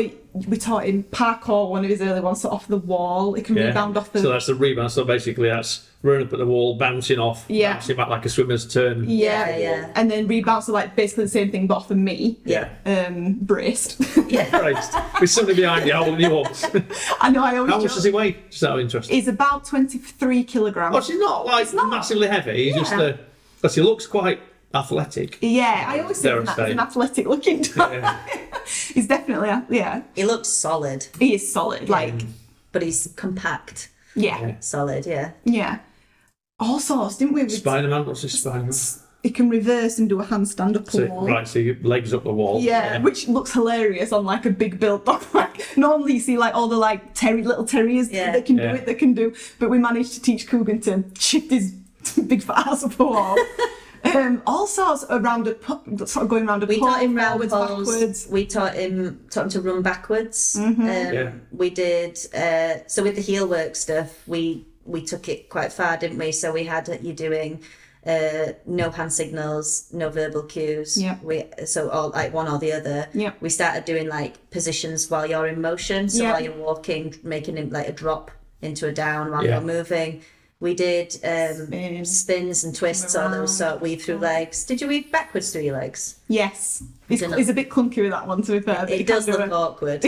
we taught him parkour, one of his early ones, so off the wall. He can rebound off the. So that's the rebound. So basically, that's running up at the wall, bouncing off, Yeah. bouncing back like a swimmer's turn. yeah, Yeah, yeah. And then rebound, so like basically the same thing, but off of me. Yeah. Um, braced. Yeah, Christ. With somebody behind you holding you up. I know. I always. How much joke- does he weigh? Just out of interest. He's about twenty-three kilograms. Oh, she's not like massively heavy. He's just a. Because he looks quite athletic. Yeah, I always Dare think I that he's say. an athletic looking dog. he's definitely, a- yeah, he looks solid. he is solid. Like, but he's compact, yeah, solid. Yeah. yeah. All sorts, didn't we? We- Spider Man, what's his Spider Man? He can reverse and do a handstand up a So, wall. right, so your legs up the wall. Yeah, which looks hilarious on like a big built dog. Like normally you see like all the like terry little terriers Yeah. that can Yeah. do it, that can do. But we managed to teach Coogan to shift his big fat ass up a wall. um, all sorts around a pu- sort of going around a We pole, taught him round forwards, poles. backwards. Mm-hmm. We taught him taught him to run backwards. Um, Yeah. We did uh, so with the heel work stuff. We we took it quite far, didn't we? So we had you doing uh, no hand signals, no verbal cues. Yeah. We so all like one or the other. Yeah. We started doing like positions while you're in motion. So Yeah. while you're walking, making him like a drop into a down while Yeah. you're moving. We did um, Spin. spins and twists, all those sort of weave through legs. Did you weave backwards through your legs? Yes, he's, dunno. he's a bit clunky with that one. To be fair, but he It can does do look it. awkward.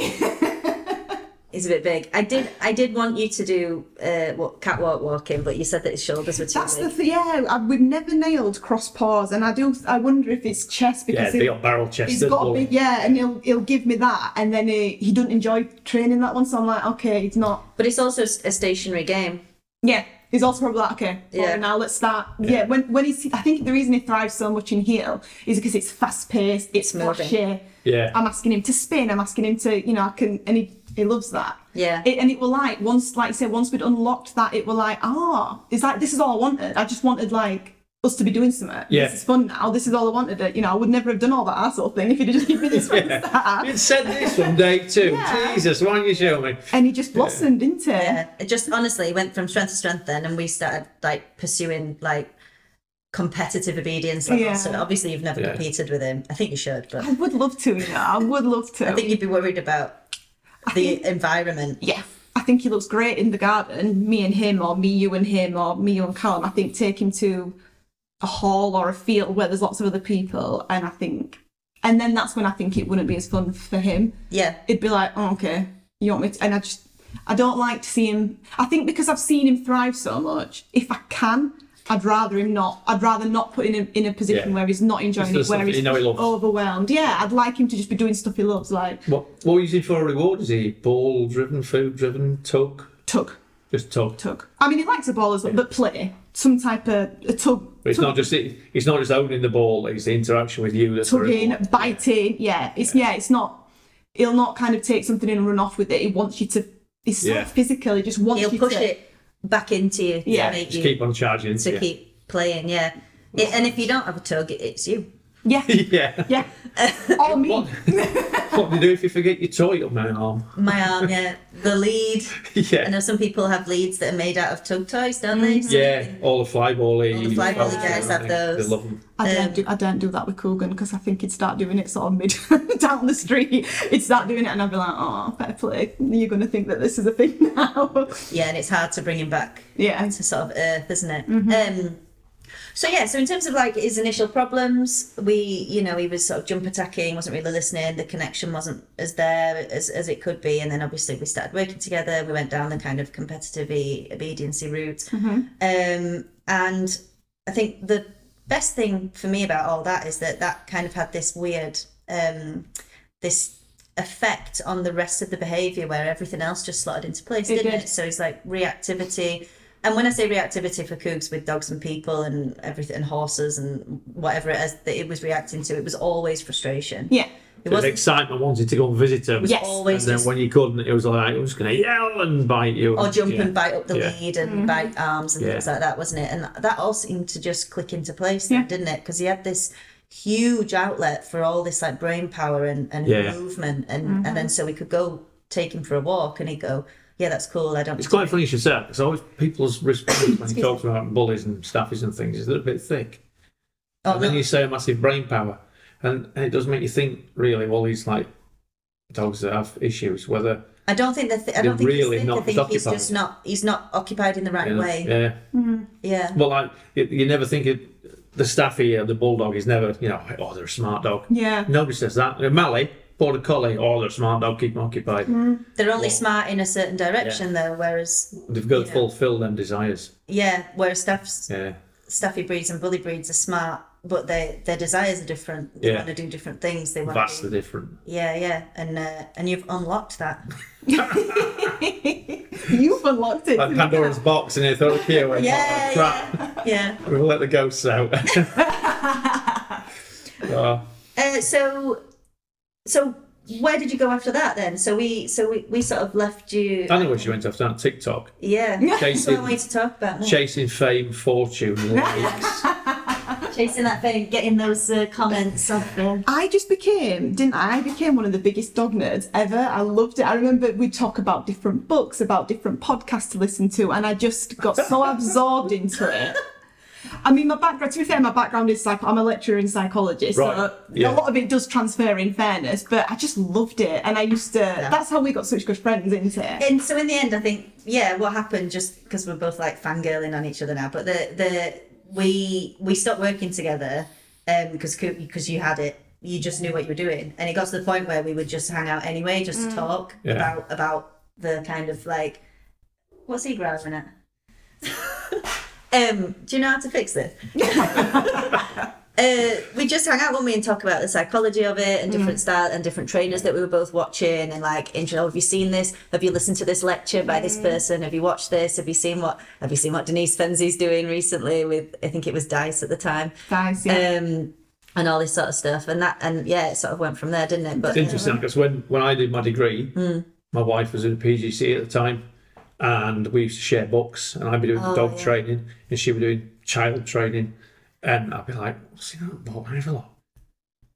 He's a bit big. I did. I did want you to do uh, what catwalk walking, but you said that his shoulders were too That's big. the thing. Yeah, I, we've never nailed cross paws, and I do. I wonder if it's chest Yeah, because the he, old barrel he's chested. got a bloke. big. Yeah, and he'll he'll give me that, and then he, he doesn't enjoy training that one. So I'm like, okay, it's not. but it's also s- a stationary game. Yeah. He's also probably like, okay, Yeah. yeah. now let's start. Yeah. when when he's, I think the reason he thrives so much in heel is because it's fast paced, It's it's moving. flashy. Yeah. I'm asking him to spin. I'm asking him to, you know, I can, and he, he loves that. Yeah. It, and it will like once, like I said, once we'd unlocked that, it were like, ah, it's like this is all I wanted. I just wanted like us to be doing something. Yeah. This is fun now. This is all I wanted. It, you know, I would never have done all that asshole thing if he'd have just given me this one. to start. You'd said this from day two. Yeah. Jesus, why don't you show me? And he just blossomed, didn't he? Yeah, Uh, it just honestly went from strength to strength then, and we started like pursuing like competitive obedience levels. Yeah. So obviously, you've never Yeah. competed with him. I think you should, but I would love to, you know. I would love to. I think you'd be worried about the environment. yeah, I think he looks great in the garden. Me and him, or me, you and him, or me, you and Callum. I think take him to a hall or a field where there's lots of other people, and I think, and then that's when I think it wouldn't be as fun for him. Yeah, It'd be like, oh, okay, you want me to, and I just, I don't like to see him. I think because I've seen him thrive so much, if I can. I'd rather him not. I'd rather not put in a, in a position Yeah. where he's not enjoying does it, where something he's you know he loves. overwhelmed. Yeah, I'd like him to just be doing stuff he loves, like What what were you using for a reward? Is he ball driven, food driven, tug? tug, Just tug. tug. I mean, he likes a ball as well, but play some type of a tug, But it's tug- not just it, it's not just owning the ball, it's the interaction with you that's the tugging, reward. biting. Yeah, it's yeah. it's not. He'll not kind of take something and run off with it. He wants you to. He's so Yeah. physical. He just wants he'll you push to. it back into you to Yeah. make Just you keep on charging. to yeah. keep playing. Yeah, It- and if you don't have a tug, it, it's you. Yeah, yeah. yeah. or me. What, what do you do if you forget your toy on my arm? My arm, yeah, the lead. I yeah. know some people have leads that are made out of tug toys, don't they? So- Yeah, all the fly bally. All the fly bally guys have those. They love them. I Um, don't do I don't do that with Coogan because I think he'd start doing it sort of mid down the street. He'd start doing it and I'd be like, oh, fair play. You're gonna think that this is a thing now. Yeah, and it's hard to bring him back yeah. to sort of earth, isn't it? Mm-hmm. Um, so yeah, so in terms of like his initial problems, we you know he was sort of jump attacking, wasn't really listening. The connection wasn't as there as, as it could be, and then obviously we started working together. We went down the kind of competitive e-, obediency route, Mm-hmm. um, and I think the best thing for me about all that is that that kind of had this weird um, this effect on the rest of the behavior where everything else just slotted into place, It didn't did. it? So it's like reactivity. And when I say reactivity for cougs with dogs and people and everything and horses and whatever it is that it was reacting to, it was always frustration. Yeah. It There's wasn't excitement wanting to go and visit them. Yeah. Yes. And always then just when you couldn't, it was like, I'm just going to yell and bite you. or jump Yeah. and bite up the Yeah. lead and Mm-hmm. bite arms and things Yeah. like that, wasn't it? And that all seemed to just click into place, then, Yeah. didn't it? Because he had this huge outlet for all this like brain power and, and Yeah. movement, and Mm-hmm. and then so we could go take him for a walk, and he'd go, "Yeah, that's cool. I don't." It's quite funny you should say that, because always people's response when you talk about bullies and staffies and things is they're a bit thick. Oh, and then no. you say massive brain power, and, and it does make you think, really, well, these like dogs that have issues, whether I don't think that. Th- I They're don't think really he's thick. I not think he's occupied. just not. He's not occupied in the right you know, way. yeah, Yeah. well, like you, you never think it, the staffy or the bulldog is never, you know, oh, they're a smart dog. Yeah. Nobody says that. A Mallee, border collie, oh, they're a smart dog, keep them occupied. They're only smart in a certain direction, though. Whereas, They've got Yeah. to fulfil them desires. yeah, whereas staffs, Yeah, staffy breeds and bully breeds are smart, but they, their desires are different. They Yeah. want to do different things. They want to vastly different. Yeah, yeah, and uh, and you've unlocked that. You've unlocked it. Like Pandora's box, and they throw the key away. Yeah, Oh, crap. yeah. We'll let the ghosts out. Oh, Uh, so, so where did you go after that then? So we, so we, we sort of left you. I know what she went after that TikTok. yeah, that's Uh, Chasing- one way to talk about it. Chasing fame, fortune, likes. chasing that thing, getting those uh, comments off the. I just became, didn't I? I became one of the biggest dog nerds ever. I loved it. I remember we'd talk about different books, about different podcasts to listen to, and I just got so absorbed into it. I mean, my background, to be fair, my background is psych. I'm a lecturer in psychology, Right, so yeah. a lot of it does transfer in fairness, but I just loved it. And I used to, that's how we got such good friends, isn't it? And so in the end, I think yeah, what happened just because we're both like fangirling on each other now, but the the we we stopped working together um because because you had it. You just knew what you were doing, and it got to the point where we would just hang out anyway, just to talk Yeah. about about the kind of like, what's he grabbing at? um, do you know how to fix this? uh, we just hang out, when we, and talk about the psychology of it Mm-hmm. and different style and different trainers that we were both watching and like, intro, have you seen this? Have you listened to this lecture by Mm. this person? Have you watched this? Have you seen what? Have you seen what Denise Fenzi's doing recently with? I think it was Dice at the time. Dice, Uh, yeah. Um, and all this sort of stuff, and that, and yeah, it sort of went from there, didn't it? But It's interesting because when, when I did my degree, Hmm. my wife was in a PGC at the time, and we used to share books, and I'd be Oh, doing dog training, and she would be doing child training, and I'd be like, "What's in that book? Have a look."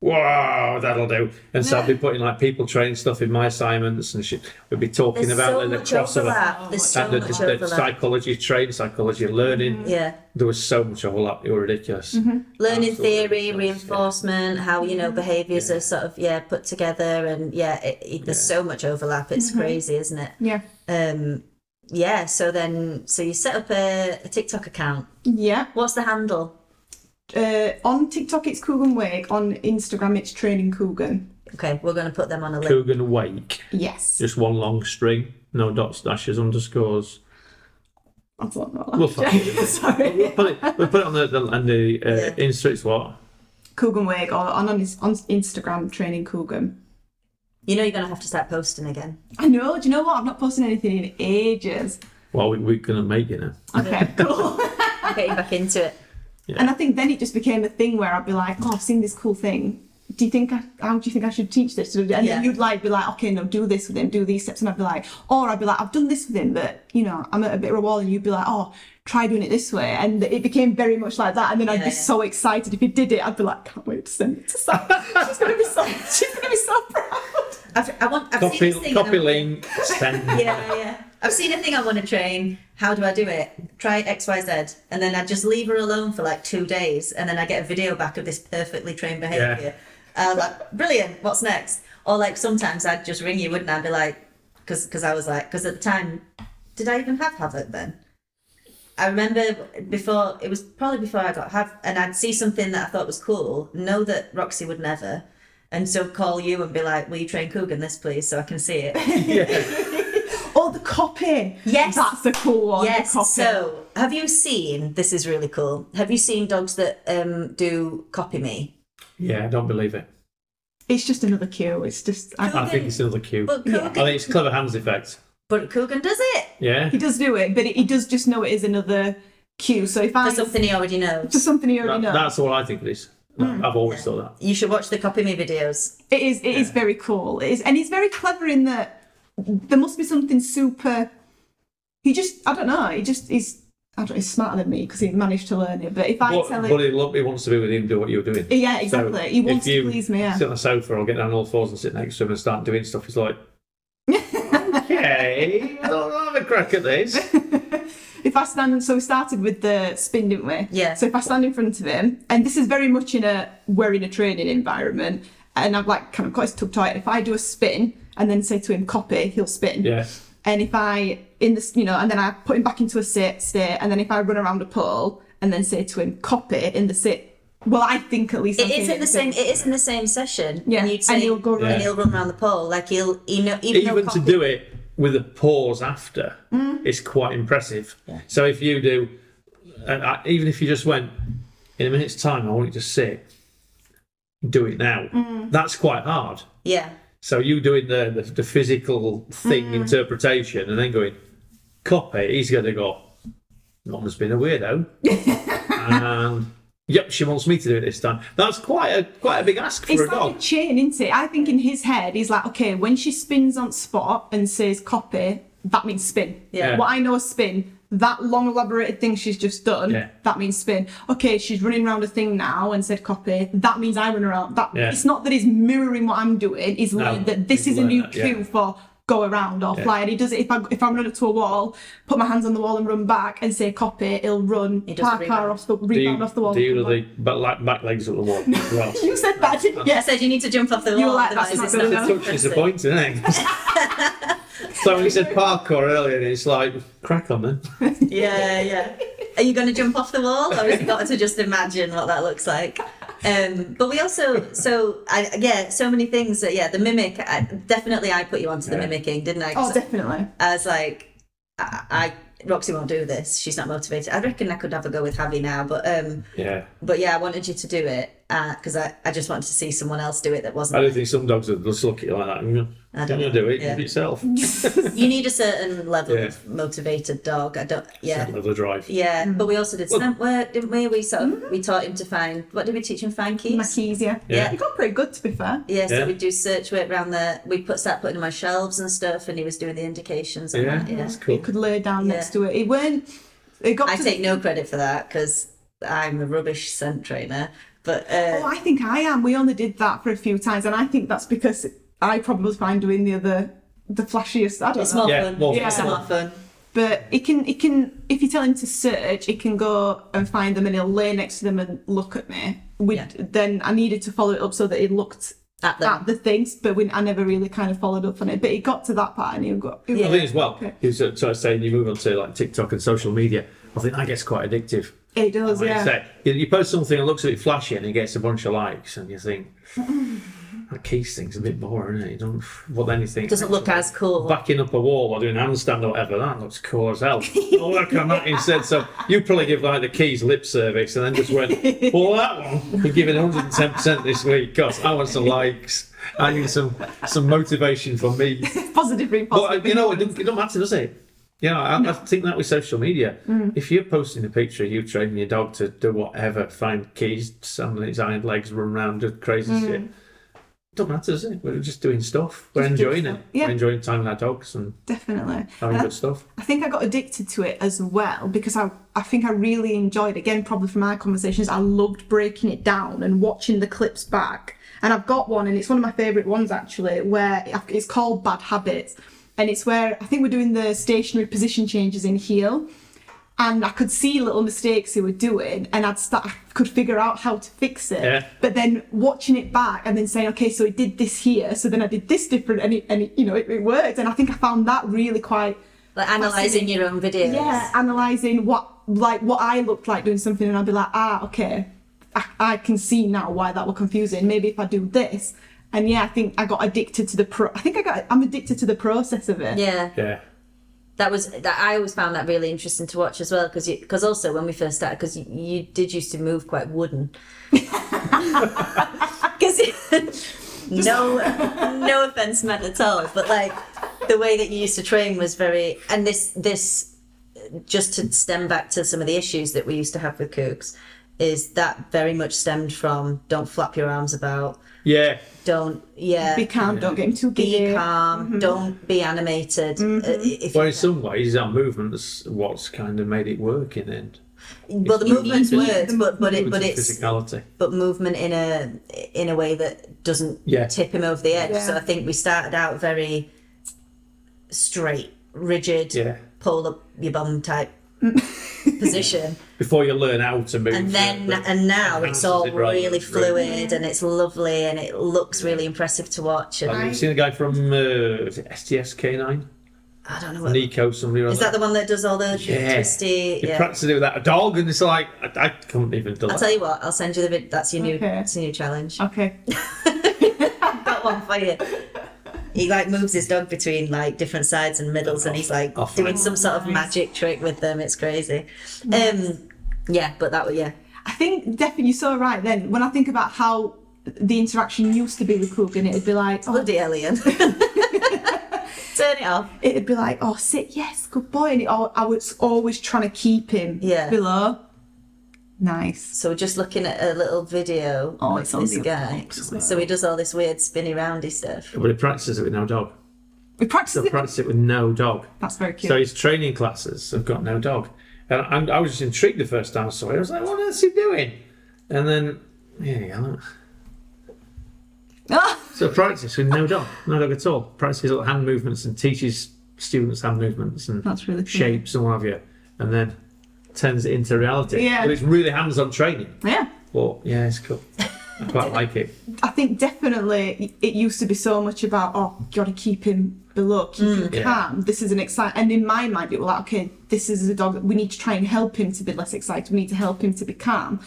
Wow, that'll do. And so I'd be putting like people training stuff in my assignments, and she would be talking there's about so the much crossover. Oh, overlap. There's so And the, much the, the overlap. Mm-hmm. psychology training, psychology learning, Yeah. there was so much overlap. It was ridiculous. Mm-hmm. learning Absolutely, theory yes, yeah. reinforcement how you know behaviors are sort of yeah put together and yeah it, it, there's so much overlap it's crazy isn't it Yeah. um yeah so then so you set up a, a tiktok account Yeah. what's the handle Uh, on TikTok, it's Coogan Wake. On Instagram, it's Training Coogan. okay we're going to put them on a link Coogan Wake, Yes. just one long string, no dots, dashes, underscores. I thought not We'll that. find it. Sorry. put it, we put it on the, the and the uh, Yeah. Insta. It's what Coogan Wake, or on, on, his- on Instagram, Training Coogan. you know you're going to have to start posting again I know. Do you know what? I've not posted anything in ages. well we, we're gonna make it now. Okay, cool. get you back into it and I think then it just became a thing where I'd be like, "Oh, I've seen this cool thing. Do you think I? How do you think I should teach this?" And Yeah. then you'd like be like, "Okay, no, do this with him, do these steps," and I'd be like, "Or I'd be like, I've done this with him, but you know, I'm at a bit of a wall," and you'd be like, "Oh, try doing it this way," and it became very much like that. And then I'd be Yeah, yeah. so excited if he did it. I'd be like, "Can't wait to send it to Sam. she's gonna be so, she's gonna be so proud." I've, i want i've Copy, seen this thing and copy I'm- link, send. yeah, yeah. I've seen a thing I want to train. How do I do it? Try X, Y, Z, and then I just leave her alone for like two days, and then I get a video back of this perfectly trained behavior. Uh, like, brilliant. What's next? Or like sometimes I'd just ring you, wouldn't I? I'd be like, because because I was like, because at the time, did I even have Havoc then? I remember before it was probably before I got have, and I'd see something that I thought was cool, know that Roxy would never, and so call you and be like, "Will you train Coogan this, please, so I can see it?" Oh, the copy. Yes. that's a cool one. the Yes. copy. So, have you seen? This is really cool. Have you seen dogs that um, do copy me? Yeah, I don't believe it. it's just another cue. It's just. I, I think it's another cue. But I Coogan, think it's clever hands effect. but Coogan does it Yeah, He does do it, but he does just know it is another cue. So if I for something he already knows. for something you That- already know, Hmm. that's all I think it is. I've always thought that. You should watch the copy me videos. it is it is very cool. It is, and he's very clever in that there must be something super. He just I don't know. He just he's I don't. He's smarter than me because he managed to learn it. But if I But, tell but him, he, lo- he wants to be with him, do what you're doing. yeah, So exactly. he if wants to you please me. Yeah. Sit on the sofa, I'll get down on all fours and sit next to him and start doing stuff. He's like, okay, I don't have a crack at this. if I stand, so we started with the spin, didn't we? Yeah. So if I stand in front of him, and this is very much in a we're in a training environment, and I've like kind of got his tug tight. If I do a spin and then say to him copy, he'll spin. Yeah, And if I in this, you know, and then I put him back into a sit state, and then if I run around a pole and then say to him copy in the sit, well, I think at least I'm It is doing in the same. It is in the same session. Yeah, And, you'd say, and he'll go and around. he'll run around the pole like he'll. He know, even though even to copy- do it with a pause after Mm. is quite impressive. So if you do, and I, even if you just went in a minute's time, I want you to sit, do it now. Mm. That's quite hard. Yeah. So you doing the the, the physical thing Mm. interpretation and then going copy. He's going to go. Mum's been a weirdo, and yep, she wants me to do it this time. That's quite a quite a big ask for It's a like dog. a chain, isn't it? I think in his head, he's like, okay, when she spins on spot and says copy, that means spin. Yeah. What I know is spin. That long elaborated thing she's just done, Yeah. that means spin. Okay, she's running around a thing now and said copy. That means I run around. That Yeah. it's not that he's mirroring what I'm doing. He's learned that this he's is a learned new that, yeah. cue for go around or fly. And he does it if I if I'm running up to a wall, put my hands on the wall and run back and say copy. He'll run He does the parkour rebound. off the Do rebound you, off the wall. do you and do come the back, like, back legs at the wall? as well? back. You said that, didn't you? I said you need to jump off the wall. were like, otherwise "That's not it's good not enough." touch impressive. disappointing, isn't it? so when you said parkour earlier, it's like crack on then. Yeah, yeah. Are you going to jump off the wall, or has he got to just imagine what that looks like? Um, but we also, so I, yeah, so many things that yeah, the mimic. I, definitely, I put you onto the mimicking, didn't I? 'Cause Oh, definitely. I was like, I, I Roxy won't do this. She's not motivated. I reckon I could have a go with Javi now, but um, Yeah. but yeah, I wanted you to do it because I, I just wanted to see someone else do it that wasn't. I do think some dogs will just look at you like that and you I don't don't you know, do it yeah. yourself. you need a certain level Yeah. of motivated dog. I don't. Yeah. Level of drive. Yeah, Mm. but we also did scent work, didn't we? We sort of, we taught him to find. What did we teach him? Find keys. My keys, yeah. Yeah. You got pretty good, to be fair. Yeah, so Yeah. we do search work around the. We put start putting them on shelves and stuff, and he was doing the indications. And Yeah, that, yeah. that's cool. You could lay down Yeah. next to it. It weren't. It got I to take no credit for that because I'm a rubbish scent trainer. But The, uh, oh, I think I am. We only did that for a few times, and I think that's because I probably was fine doing the other, the flashiest. I don't it's know. more Oh, Yeah, fun. more It's fun. more fun. But it can, it can. If you tell him to search, it can go and find them, and he'll lay next to them and look at me. We Yeah. then I needed to follow it up so that he looked At them. at the things, but we, I never really kind of followed up on it. But it got to that part, and he got. he I got- think as well, Okay. you was sort of saying you move on to like TikTok and social media. I think that gets quite addictive. It does, Like I yeah. say, you, you post something that looks a bit flashy and it gets a bunch of likes, and you think that keys thing's a bit boring. Isn't it? You don't. Well, then you think Doesn't look actually, as cool. Backing up a wall or doing a handstand or whatever, that looks cool as hell. Oh, I'll work on that instead. So you probably give like the keys lip service and then just went, well, that one, we give it 110% this week because I want some likes. I need some some motivation for me. Positive reinforcement. But uh, you know, it doesn't, it doesn't matter, does it? You know, I, I think that with social media, Mm. if you're posting a picture of you training your dog to do whatever, find keys, stand on its hind legs, run around, do crazy Mm. shit, it don't matter, does it? We're just doing stuff. We're Just doing enjoying stuff. it. Yeah. We're enjoying time with our dogs and Definitely. having And I- good stuff. I think I got addicted to it as well because I, I think I really enjoyed again probably from our conversations I loved breaking it down and watching the clips back and I've got one and it's one of my favorite ones actually where it's called bad habits and it's where I think we're doing the stationary position changes in heel and I could see little mistakes they were doing, and I'd start, I could figure out how to fix it. Yeah. But then watching it back and then saying, okay, so it did this here, so then I did this different, and it, and it you know, it, it worked. And I think I found that really quite Like analysing your own videos. yeah analyzing what like what i looked like doing something and i'd be like ah okay I, I can see now why that were confusing maybe if i do this and yeah i think i got addicted to the pro i think i got i'm addicted to the process of it Yeah. Yeah. that was that I always found that really interesting to watch as well because because also when we first started because you, you did used to move quite wooden because no no offense meant at all but like the way that you used to train was very and this this just to stem back to some of the issues that we used to have with cooks is that very much stemmed from don't flap your arms about Yeah. don't yeah be be, calm don't get him too giddy calm don't be animated Uh, if Well, in some ways, that movement's what's kind of made it work in the end. Well, the movement's Yeah, words, but but it but Movement's it's physicality. but movement in a in a way that doesn't Yeah. tip him over the edge. Yeah. So I think we started out very straight, rigid, Yeah. pull up your bum type position, Before you learn how to move. uh, and then yeah, but- and now it's enhances all it rather really than- fluid and it's lovely and it looks really impressive to watch. And Have you seen the guy from uh, was it STSK9? I don't know what Nico, somebody or is other. that the one that does all the Yeah. twisty? You Yeah. practice to do that a dog, and it's like I, I couldn't even do I'll that. tell you what. I'll send you the vid. That's your new. Okay. That's your new challenge. okay got one for you. He like moves his dog between like different sides and middles, and he's like Off- doing some sort of magic trick with them. It's crazy. Um, yeah, but that was yeah. I think definitely you're so right then. When I think about how the interaction used to be with Coogan, it'd be like, oh, Bloody alien. Turn it off. it'd be like, oh, sit, yes, good boy. And it, al- I was always trying to keep him Yeah. below. Nice. So we're just looking at a little video Oh, of it's on this the guy. box as well. So he does all this weird spinny roundy stuff. But he practices it with no dog. We practiced They it. practice it with no dog. That's very cute. So his training classes have got no dog. And I, I was just intrigued the first time I saw it. I was like, what is he doing? And then, yeah, you go. Ah! So practice with no dog, no dog at all. Practices little hand movements and teaches students hand movements and That's really cool. shapes and what have you. And then turns it into reality. Yeah. But it's really hands-on training. yeah. But yeah, it's cool. I quite like it. I think definitely it used to be so much about, oh, you got to keep him below, keep him Mm. Yeah. calm. This is an exciting. And in my mind, it was like, okay, this is a dog that we need to try and help him to be less excited. We need to help him to be calm.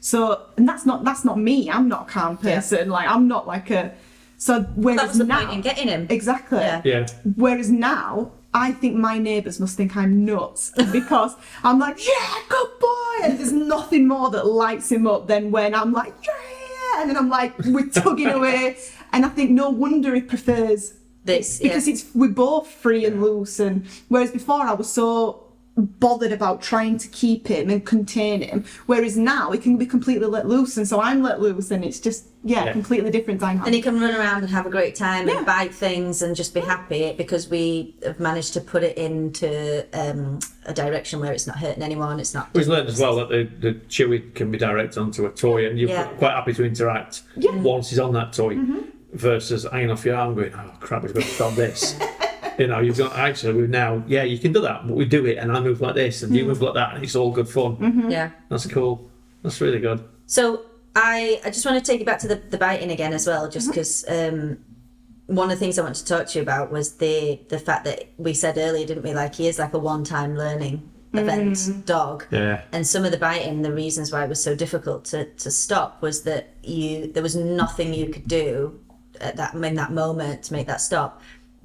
So and that's not that's not me. I'm not a calm person. Like I'm not like a. So whereas That was the now, point in getting him. exactly. Yeah. Yeah. Whereas now, I think my neighbours must think I'm nuts because I'm like, yeah, good boy. And there's nothing more that lights him up than when I'm like, yeah. And then I'm like, we're tugging away. And I think no wonder he prefers This, yeah. because it's we're both free and loose. And whereas before I was so bothered about trying to keep him and contain him, whereas now he can be completely let loose. And so I'm let loose, and it's just, yeah, Yeah. completely different dynamic. And he can run around and have a great time Yeah. and buy things and just be happy because we have managed to put it into um, a direction where it's not hurting anyone. It's not. We've learned as well that the, the chewy can be directed onto a toy and you're Yeah. quite happy to interact once he's on that toy Mm-hmm. versus hanging off your arm going, oh crap, we've got to stop this. you know, you've got actually, we've now, yeah, you can do that, but we do it and I move like this and Mm. you move like that and it's all good fun. Mm-hmm. Yeah. That's cool. That's really good. So I, I just want to take you back to the, the biting again as well, just because um, one of the things I want to talk to you about was the the fact that we said earlier, didn't we? Like he is like a one time learning event dog. Yeah. And some of the biting, the reasons why it was so difficult to, to stop was that you there was nothing you could do at that in that moment to make that stop.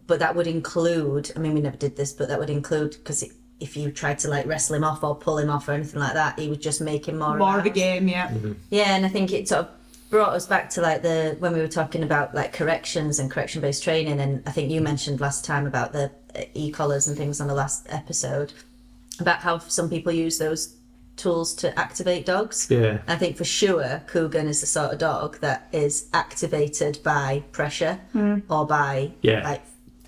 But that would include. I mean, we never did this, but that would include because if you tried to like wrestle him off or pull him off or anything like that, he would just make him more More of a aroused. game, yeah. Yeah, and I think it sort of brought us back to like the when we were talking about like corrections and correction based training, and I think you mentioned last time about the e collars and things on the last episode about how some people use those tools to activate dogs. Yeah. I think for sure Coogan is the sort of dog that is activated by pressure or by Yeah. like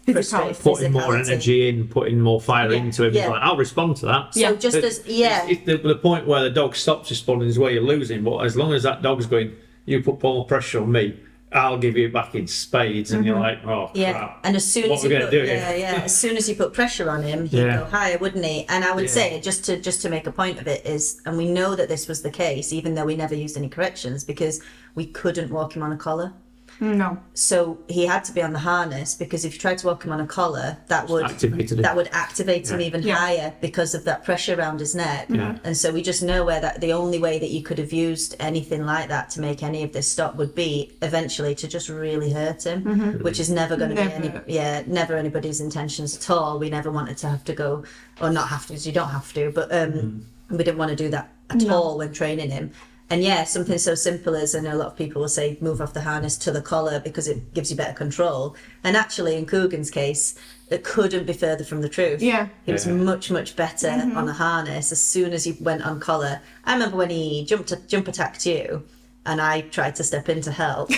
Physicality. frustra- Putting more Hmm. physicality. energy in, putting more fire Yeah. into him. He's Yeah. like, I'll respond to that. So just as yeah, It's, it's the, the point where the dog stops responding is where you're losing. But as long as that dog's going, you put more pressure on me, I'll give you back in spades. And you're like, oh, Mm-hmm. Yeah, crap. and as soon What as we're you gonna put, do here? yeah, yeah, as soon as you put pressure on him, he'd Yeah. go higher, wouldn't he? And I would Yeah. say just to just to make a point of it is, and we know that this was the case, even though we never used any corrections because we couldn't walk him on a collar. Mm, No. So he had to be on the harness because if you tried to walk him on a collar, that would activated him. that would activate him even Yeah. higher because of that pressure around his neck. Yeah. And so we just know where that the only way that you could have used anything like that to make any of this stop would be eventually to just really hurt him, which is never going to be any Never. yeah never anybody's intentions at all. We never wanted to have to go or not have to 'cause you don't have to, but um, we didn't want to do that at all when training him. And yeah, something so simple as I know a lot of people will say move off the harness to the collar because it gives you better control. And actually, in Coogan's case, it couldn't be further from the truth. Yeah. Mm-hmm. He was Yeah. much, much better on a harness as soon as he went on collar. I remember when he jumped jump attacked you and I tried to step in to help.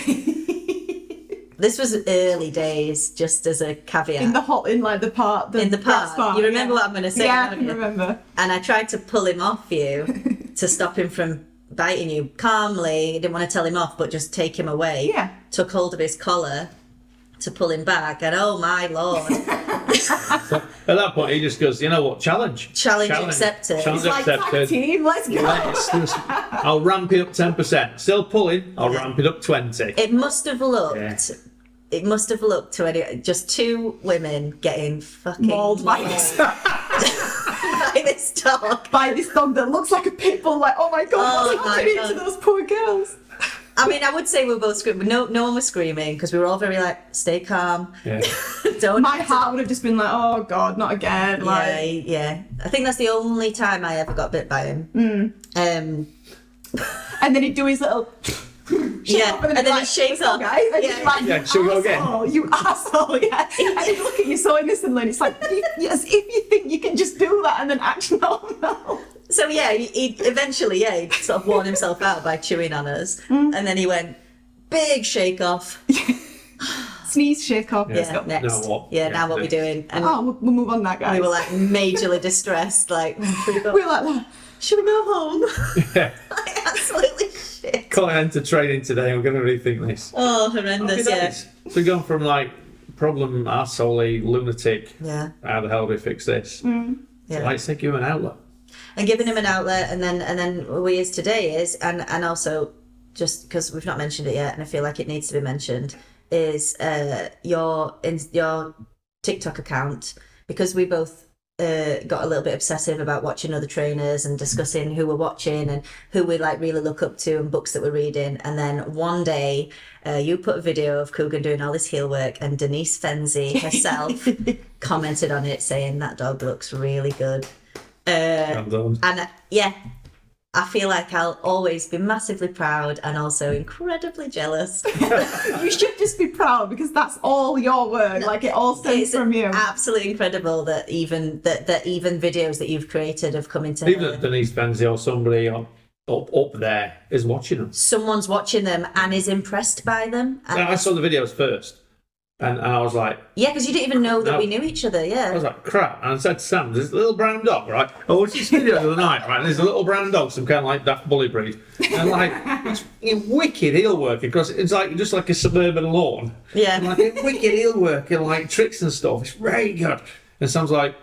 this was early days, just as a caveat. In the hot, in like the part, the In the grass park. You remember what I'm gonna say, Yeah, I don't can you? remember. and I tried to pull him off you to stop him from biting you calmly. didn't want to tell him off, but just take him away. Yeah. Took hold of his collar to pull him back, and oh my lord, At that point, he just goes, you know what, challenge. Challenge accepted. Challenge It's like tag accepted. team. Let's go. Let's just- I'll ramp it up 10%. Still pulling, I'll ramp it up 20. it must have looked. Yeah. It must have looked to any just two women getting fucking Mauled by this, by this dog. by this dog that looks like a pit bull. Like, oh my god, Oh what's my happening God. to those poor girls? I mean, I would say we were both screaming. No, no one was screaming because we were all very like, stay calm, Yeah. don't My heart would have just been like, oh god, not again. Yeah, Like, yeah. I think that's the only time I ever got bit by him. Um, and then he'd do his little. shake Yeah, off and he'd be then he like, shakes "Let's go, off." guys. And Yeah. he's like, Yeah, shall we go again? "Asshole, You asshole, yeah. and he'd look at you so innocently, and it's like, yes, if you think you can just do that and then act normal. so yeah, he, he eventually yeah he sort of worn himself out by chewing on us, and then he went big shake off. Sneeze, shake off, let's Yeah, go. next. Now what? Yeah, Yeah, now what we next. doing? And Oh, we'll, we'll move on that, guys. we were like majorly distressed. Like, "Oh, should we go, we were like that. should we go home? like, absolutely shit. Can't enter training today, we're going to rethink this. Oh, horrendous. Happy Yeah. days. So we've gone from like problem arsehole lunatic. Yeah. How the hell do we fix this? Mm. Yeah. Like say give him an outlet. and giving him an outlet and then and then where he is today is and and also just because we've not mentioned it yet and i feel like it needs to be mentioned is uh your in your tiktok account because we both uh, got a little bit obsessive about watching other trainers and discussing who we're watching and who we like really look up to and books that we're reading. And then one day, uh, you put a video of Coogan doing all this heel work, and Denise Fenzi herself commented on it saying that dog looks really good. Hands on. And uh, yeah, I feel like I'll always be massively proud and also incredibly jealous. You should just be proud because that's all your work. like it all stems It's from you. absolutely incredible that even that, that even videos that you've created have come into Even if Denise Benzie or somebody up, up, up there is watching us. someone's watching them and is impressed by them. And, I saw the videos first, and, and I was like, yeah, because you didn't even know that No. we knew each other. Yeah. I was like, crap. And I said to Sam, there's a little brown dog, right? I watched this video the other night, right? And there's a little brown dog, some kind of like daft bully breed. And like, it's fucking wicked heel work because it's like just like a suburban lawn. Yeah. And like, it's wicked heel work and like tricks and stuff. It's very good. And Sam's like,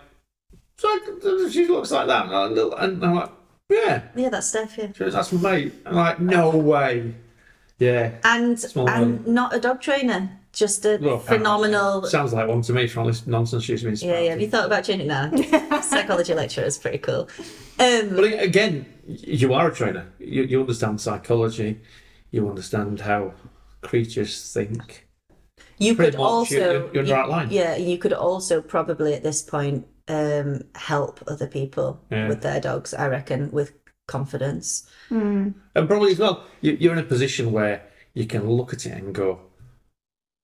so she looks like that. And I'm like, and I'm like yeah, yeah, that's Steph. Yeah. she goes, that's my mate. I'm like, no way. Yeah. And and world. not a dog trainer, just a Well, phenomenal. Sounds like one to me from all this nonsense she's been Yeah, yeah. Have you thought about training now? Psychology lecturer is pretty cool. Um, But again, you are a trainer. You, you understand psychology. You understand how creatures think. you pretty could much, also you- you're- you're in the you- right line. Yeah, you could also probably at this point um, help other people Yeah. with their dogs. I reckon with confidence. And probably as well, you, you're in a position where you can look at it and go,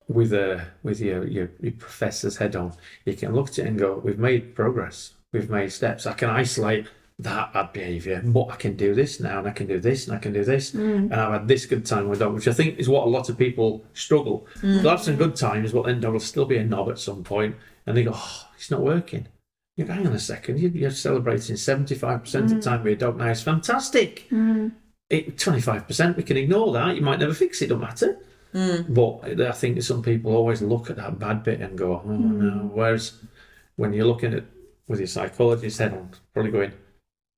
with a with your, your your professor's head on, you can look at it and go, we've made progress. We've made steps. I can isolate that bad behaviour, but I can do this now, and I can do this, and I can do this, and I've had this good time with dog, which I think is what a lot of people struggle. They'll have some good times, but then dog will still be a knob at some point, and they go, oh, it's not working. You go, hang on a second, you- you're celebrating 75% of the time with your dog now, it's fantastic twenty-five percent. We can ignore that. You might never fix it. Don't matter. Hmm. But I think some people always look at that bad bit and go, "Oh Hmm. no." Whereas when you're looking at with your psychologist head on, probably going,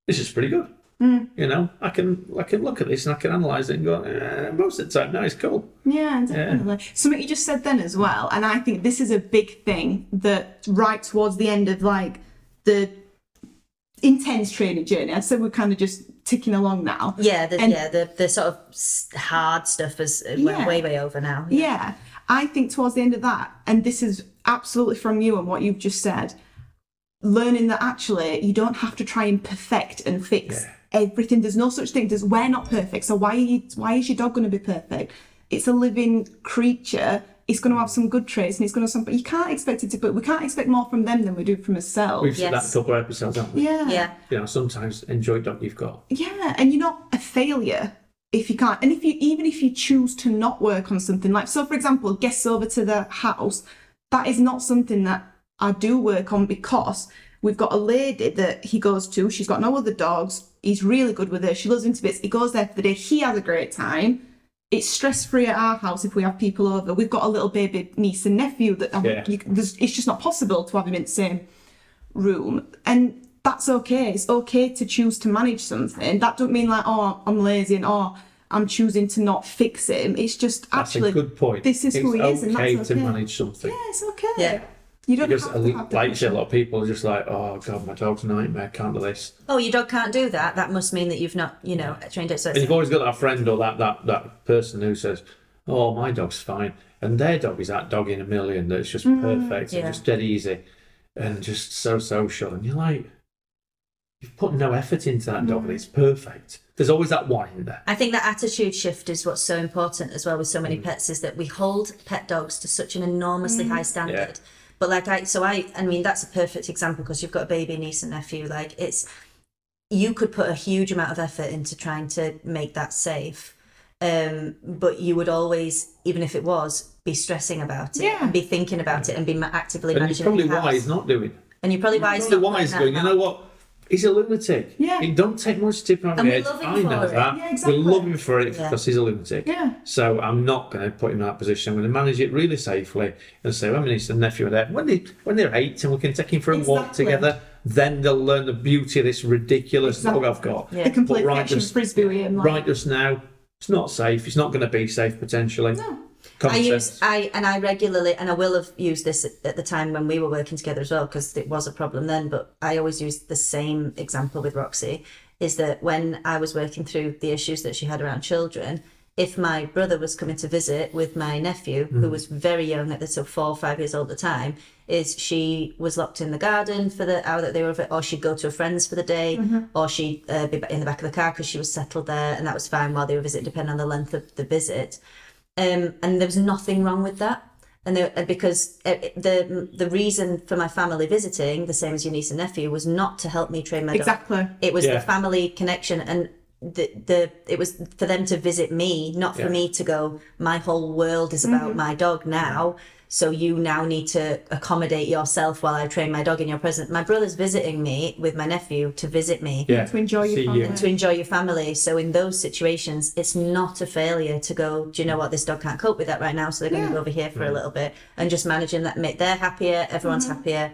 "This is pretty good." Hmm. You know, I can I can look at this and I can analyze it and go, eh, "Most of the time, no, it's cool." Yeah, definitely. Something you just said then as well, and I think this is a big thing that right towards the end of like the intense training journey. I said we're kind of just ticking along now. Yeah, the, And- yeah, the, the sort of s- hard stuff is uh, went Yeah. way, way over now. Yeah. I think towards the end of that, and this is absolutely from you and what you've just said, learning that actually you don't have to try and perfect and fix everything. There's no such thing. There's we're not perfect. So why are you why is your dog gonna be perfect? It's a living creature. It's going to have some good traits, and it's going to have some. But you can't expect it to. But we can't expect more from them than we do from ourselves. We've said that Yes. a couple of episodes, haven't we? yeah. Yeah. You know, sometimes enjoy what you've got. Yeah, and you're not a failure if you can't. And if you even if you choose to not work on something like so, for example, guests over to the house, that is not something that I do work on because we've got a lady that he goes to. She's got no other dogs. He's really good with her. She loves him to bits. He goes there for the day. He has a great time. It's stress free at our house if we have people over. We've got a little baby niece and nephew that um, Yeah. you, there's, it's just not possible to have him in the same room and that's okay it's okay to choose to manage something that don't mean like oh i'm lazy and oh i'm choosing to not fix him it's just That's actually a good point. this is it's who he okay is and that's to okay. manage something. yeah it's okay Yeah. you don't Because have I to have think, the like you say, a lot of people are just like, oh god, my dog's a nightmare, can't do this. Oh, your dog can't do that. That must mean that you've not, you know, trained it. So And it's, you've always got that friend or that, that, that person who says, Oh, my dog's fine. And their dog is that dog in a million that's just perfect Mm, yeah. and just dead easy and just so social. And you're like, You've put no effort into that Mm. dog and it's perfect. There's always that one in there. I think that attitude shift is what's so important as well with so many pets is that we hold pet dogs to such an enormously Mm. high standard. But like I, so I, I mean, that's a perfect example because you've got a baby niece and nephew. Like it's, you could put a huge amount of effort into trying to make that safe, um, but you would always, even if it was, be stressing about it, Yeah. and be thinking about it, and be ma- actively And it's managing. it in probably your house. why he's not doing it. And you're probably why he's Probably not why putting he's that going, You know out. what? He's a lunatic. Yeah. He don't take much tip on And the we edge. love him I know for it. that. Yeah, exactly. We love him for it Yeah. because he's a lunatic. Yeah. So I'm not going to put him in that position. I'm going to manage it really safely and say, well, my niece and nephew are there. When, they, when they're eight and we can take him for a walk Exactly. together, then they'll learn the beauty of this ridiculous Exactly. dog I've got. Yeah. the complete But right reaction just- frisbee and like, Right just now, it's not safe. It's not going to be safe potentially. No. I Common use sense. I and I regularly and I will have used this at, at the time when we were working together as well because it was a problem then. But I always use the same example with Roxy is that when I was working through the issues that she had around children, if my brother was coming to visit with my nephew Mm-hmm. who was very young at the so four or five years old at the time, is she was locked in the garden for the hour that they were, or she'd go to a friend's for the day, Mm-hmm. or she'd uh, be in the back of the car because she was settled there and that was fine while they were visiting, depending on the length of the visit um, and there was nothing wrong with that. And there, and because uh, the the reason for my family visiting, the same as your niece and nephew, was not to help me train my dog. Exactly. It was Yeah. the family connection, and the the it was for them to visit me, not for Yeah. Mm-hmm. me to go. My whole world is about my dog now, so you now need to accommodate yourself while I train my dog in your presence. My brother's visiting me with my nephew to visit me Yeah. To enjoy your See family. to enjoy your family. So in those situations, it's not a failure to go. Do you know what? This dog can't cope with that right now, so they're going to go over here for a little bit and just managing that. Make they're happier, everyone's happier.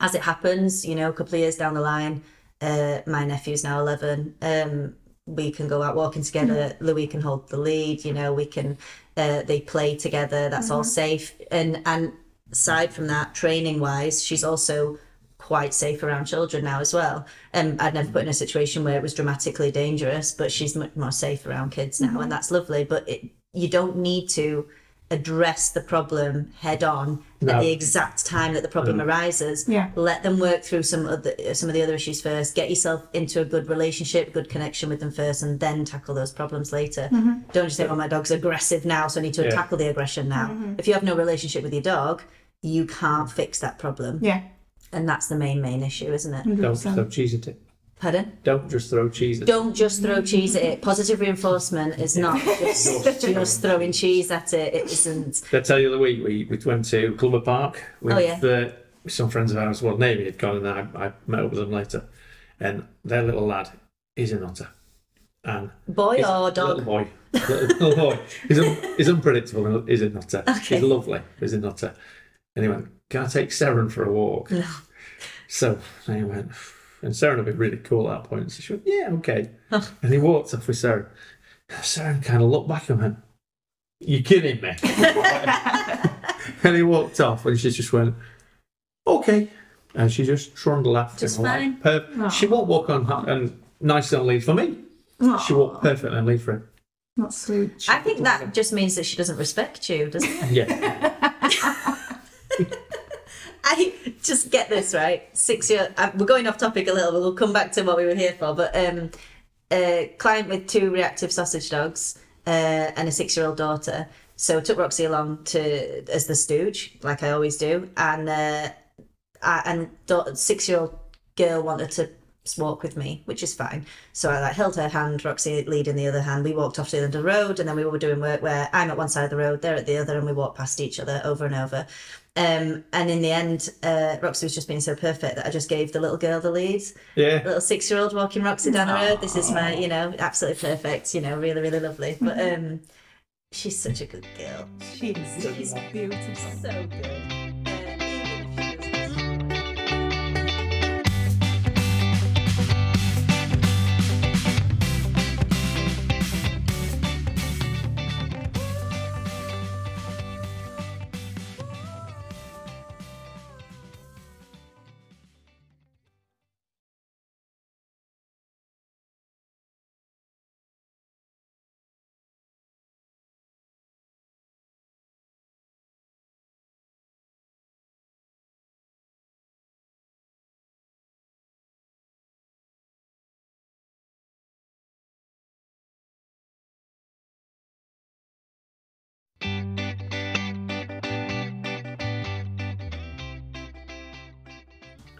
As it happens, you know, a couple of years down the line, uh, my nephew's now eleven. Um, we can go out walking together. Louis can hold the lead. You know, we can. Uh, they play together. That's all safe. And and aside from that, training wise, she's also quite safe around children now as well. Um, I'd never put in a situation where it was dramatically dangerous, but she's much more safe around kids now, and that's lovely. But it, you don't need to address the problem head on No. at the exact time that the problem arises. Yeah. Let them work through some other some of the other issues first. Get yourself into a good relationship, good connection with them first, and then tackle those problems later. Don't just say, "Oh, my dog's aggressive now, so I need to Yeah. tackle the aggression now." If you have no relationship with your dog, you can't fix that problem. Yeah. And that's the main, main issue, isn't it? Don't just throw cheese at it. Pardon? Don't just throw cheese at it. Don't just throw cheese at it. Positive reinforcement is not just, just throwing cheese at it. It isn't. Did I tell you the other week we, we went to Clubber Park with, Oh, yeah. uh, with some friends of ours? Well, Navy had gone and I, I met up with them later. And their little lad is a nutter. And Boy He's or a Little dog? boy. Little, little boy. He's, un- he's unpredictable, and he's a nutter. uh? He's lovely, he's a nutter. And he went, uh? Can I take Seren for a walk? No. So and he went, and Seren would be really cool at that point. So she went, Yeah, okay. and he walked off with Seren. Seren kind of looked back and went, You're kidding me. and he walked off, and she just went, Okay. And she just trundled after Just him. like, fine. per- she won't walk on ha- and nice little lead for me. She walked perfectly and lead for him. That's sweet. I think that just means that she doesn't respect you, doesn't it? Yeah. I just get this right. Six year. I, we're going off topic a little, but we'll come back to what we were here for. But um, a client with two reactive sausage dogs uh, and a six year old daughter. So took Roxy along to as the stooge, like I always do, and uh, I, and da- six year old girl wanted to walk with me, which is fine. So I like held her hand, Roxy leading the other hand. We walked off to the end of the road, and then we were doing work where I'm at one side of the road, they're at the other, and we walked past each other over and over. Um, and in the end, uh, Roxy was just being so perfect that I just gave the little girl the lead Yeah. little six year old walking Roxy down the road. This is my, you know, absolutely perfect, you know, really, really lovely. But um she's such a good girl. She is. She's beautiful. So good. Uh, even if she doesn't-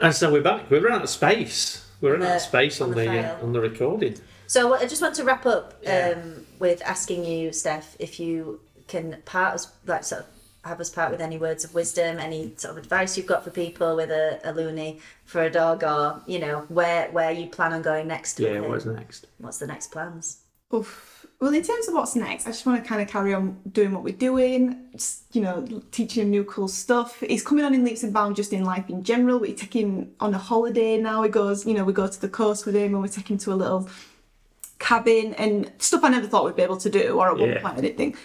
And so we're back. We're out of space. We're out Uh, of space on, on the, the uh, file. on the recording. So what- I just want to wrap up Yeah. um, with asking you, Steph, if you can part us, like sort of have us part with any words of wisdom, any sort of advice you've got for people with a, a loony for a dog, or you know where where you plan on going next. with Yeah, it. what's next? What's the next plans? Oof. Well, in terms of what's next, I just want to kind of carry on doing what we're doing, just, you know, teaching him new cool stuff. He's coming on in leaps and bounds just in life in general. We take him on a holiday now. He goes, you know, we go to the coast with him and we take him to a little cabin and stuff I never thought we'd be able to do or at one Yeah. point I didn't think.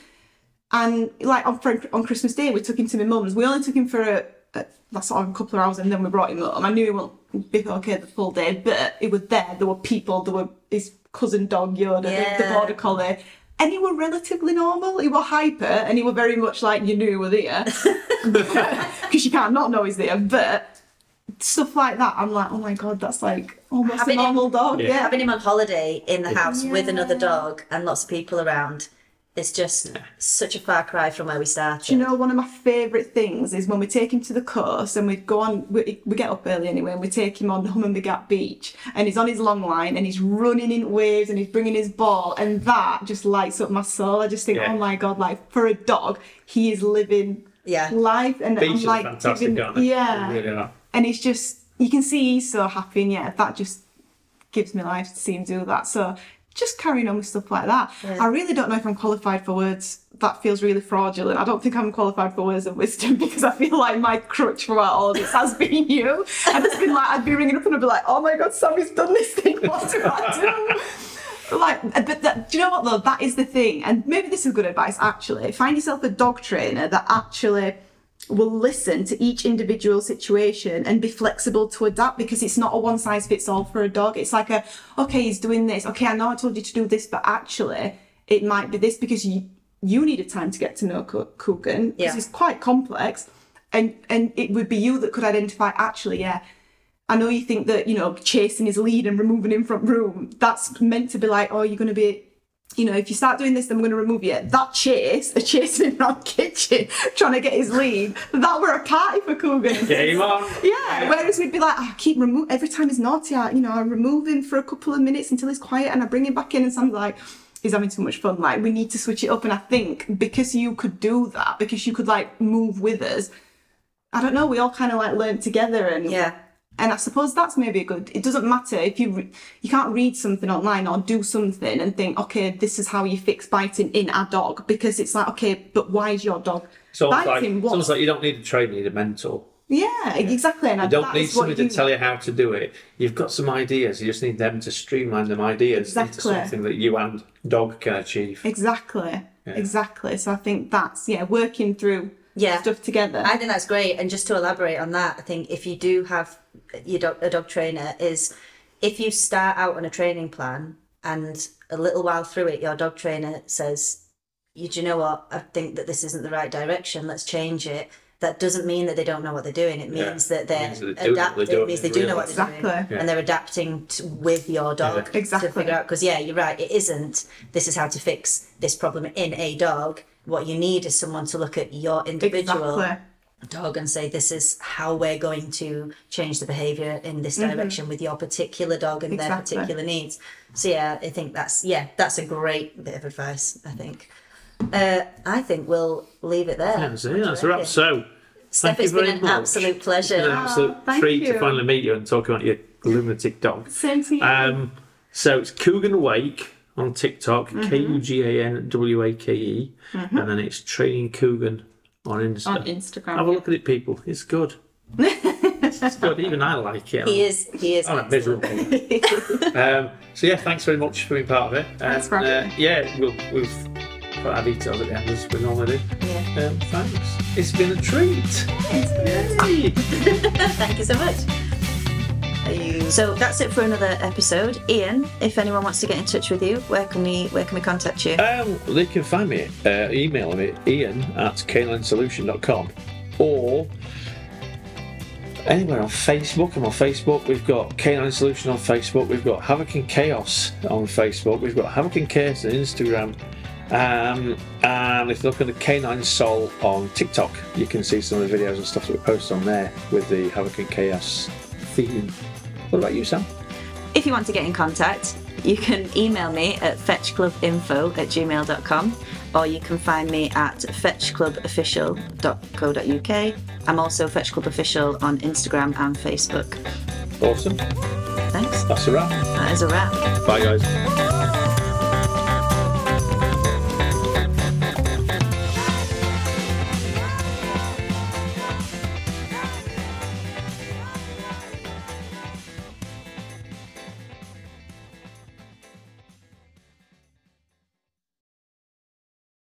And like on for, on Christmas Day, we took him to my mum's. We only took him for a, a like, sort of a couple of hours, and then we brought him home. I knew he wouldn't be okay the full day, but he was there. There were people. There were his cousin dog Yoda, the, the Yeah. border collie. And he were relatively normal. He were hyper, and he were very much like you knew he were there, because you can't not know he's there. But stuff like that, I'm like, oh my god, that's like almost Having a him- normal dog. Yeah. Yeah, Having him on holiday in the house with another dog and lots of people around is just such a far cry from where we started. Do you know one of my favourite things is when we take him to the coast and we go on, we, we get up early anyway, and we take him on Hummingbird Gap Beach and he's on his long line and he's running in waves and he's bringing his ball and that just lights up my soul. I just think, Yeah. oh my god, like for a dog, he is living Yeah. life and Beaches I'm are like fantastic, giving- aren't they? yeah, They really are. and he's just you can see he's so happy and yeah, that just gives me life to see him do that. So just carrying on with stuff like that. I really don't know if I'm qualified for words. That feels really fraudulent. I don't think I'm qualified for words of wisdom because I feel like my crutch throughout all this has been you. I've just been like, I'd be ringing up and I'd be like, oh my God, Sammy's done this thing. What do I do? Like, uh, but that, do you know what though? That is the thing. And maybe this is good advice actually. Find yourself a dog trainer that actually will listen to each individual situation and be flexible to adapt because it's not a one size fits all for a dog. It's like a, okay, he's doing this. Okay, I know I told you to do this, but actually, it might be this because you you needed time to get to know Coo- Coogan because Yeah. he's quite complex, and and it would be you that could identify actually, yeah. I know you think that you know chasing his lead and removing him from room that's meant to be like, oh, you're going to be you know, if you start doing this, then I'm going to remove you. That chase, a chasing him around the kitchen, trying to get his lead, that were a party for Coogan. Game on. Yeah, whereas we'd be like, "Oh, I keep remove every time he's naughty, I, you know, I remove him for a couple of minutes until he's quiet and I bring him back in and Sam's like, he's having too much fun. Like, we need to switch it up. And I think because you could do that, because you could like move with us, I don't know, we all kind of like learned together and Yeah. and I suppose that's maybe a good. It doesn't matter if you re- you can't read something online or do something and think, okay, this is how you fix biting in a dog because it's like, okay, but why is your dog It's almost, like, biting? it's what? almost like you don't need a trainer, you need a mentor. yeah, exactly. And I You don't need somebody to tell you how to do it. You've got some ideas, you just need them to streamline them ideas into Exactly. something that you and dog can achieve. Exactly, exactly. So I think that's yeah, working through Yeah. stuff together. I think that's great. And just to elaborate on that, I think if you do have your dog, a dog trainer, is if you start out on a training plan and a little while through it, your dog trainer says, "You do you know what? I think that this isn't the right direction. Let's change it." That doesn't mean that they don't know what they're doing. It Yeah. means that they're Means that they do know what adapting. they're It means they doing, do know what they're Exactly. doing, and they're adapting to, with your dog Exactly. to figure out. Because yeah, you're right. It isn't. This is how to fix this problem in a dog. What you need is someone to look at your individual Exactly. dog and say this is how we're going to change the behavior in this direction with your particular dog and Exactly. their particular needs so yeah i think that's yeah that's a great bit of advice i think uh, i think we'll leave it there That's it, that's a wrap. So, Steph, thank you it's been very an much. absolute pleasure It's been an absolute Oh, thank treat you. to finally meet you and talk about your lunatic dog. Same to you. Um, so it's Coogan Wake on TikTok, Mm-hmm. K U G A N W A K E, and then it's Training Coogan on Insta. on Instagram. Have a look at it, people. It's good. it's good. Even I like it. he is he is I'm a excellent. miserable. um, so yeah, thanks very much for being part of it. And, Thanks for having uh, Yeah, we'll, we've put our details at the end as we normally do. Yeah. Um, thanks. It's been a treat. Yay. thank you so much so that's it for another episode ian if anyone wants to get in touch with you where can we where can we contact you Um, they can find me, uh, email me, ian at caninesolution.com or anywhere on Facebook. I'm on Facebook. We've got Canine Solution on Facebook. We've got Havoc and Chaos on Facebook. We've got Havoc and Chaos on Instagram. Um, and if you look at the Canine Soul on TikTok, you can see some of the videos and stuff that we post on there with the Havoc and Chaos theme. What about you, Sam? If you want to get in contact, you can email me at fetchclubinfo at gmail.com or you can find me at fetchclubofficial.co.uk. I'm also Fetch Club Official on Instagram and Facebook. Awesome. Thanks. That's a wrap. That is a wrap. Bye, guys.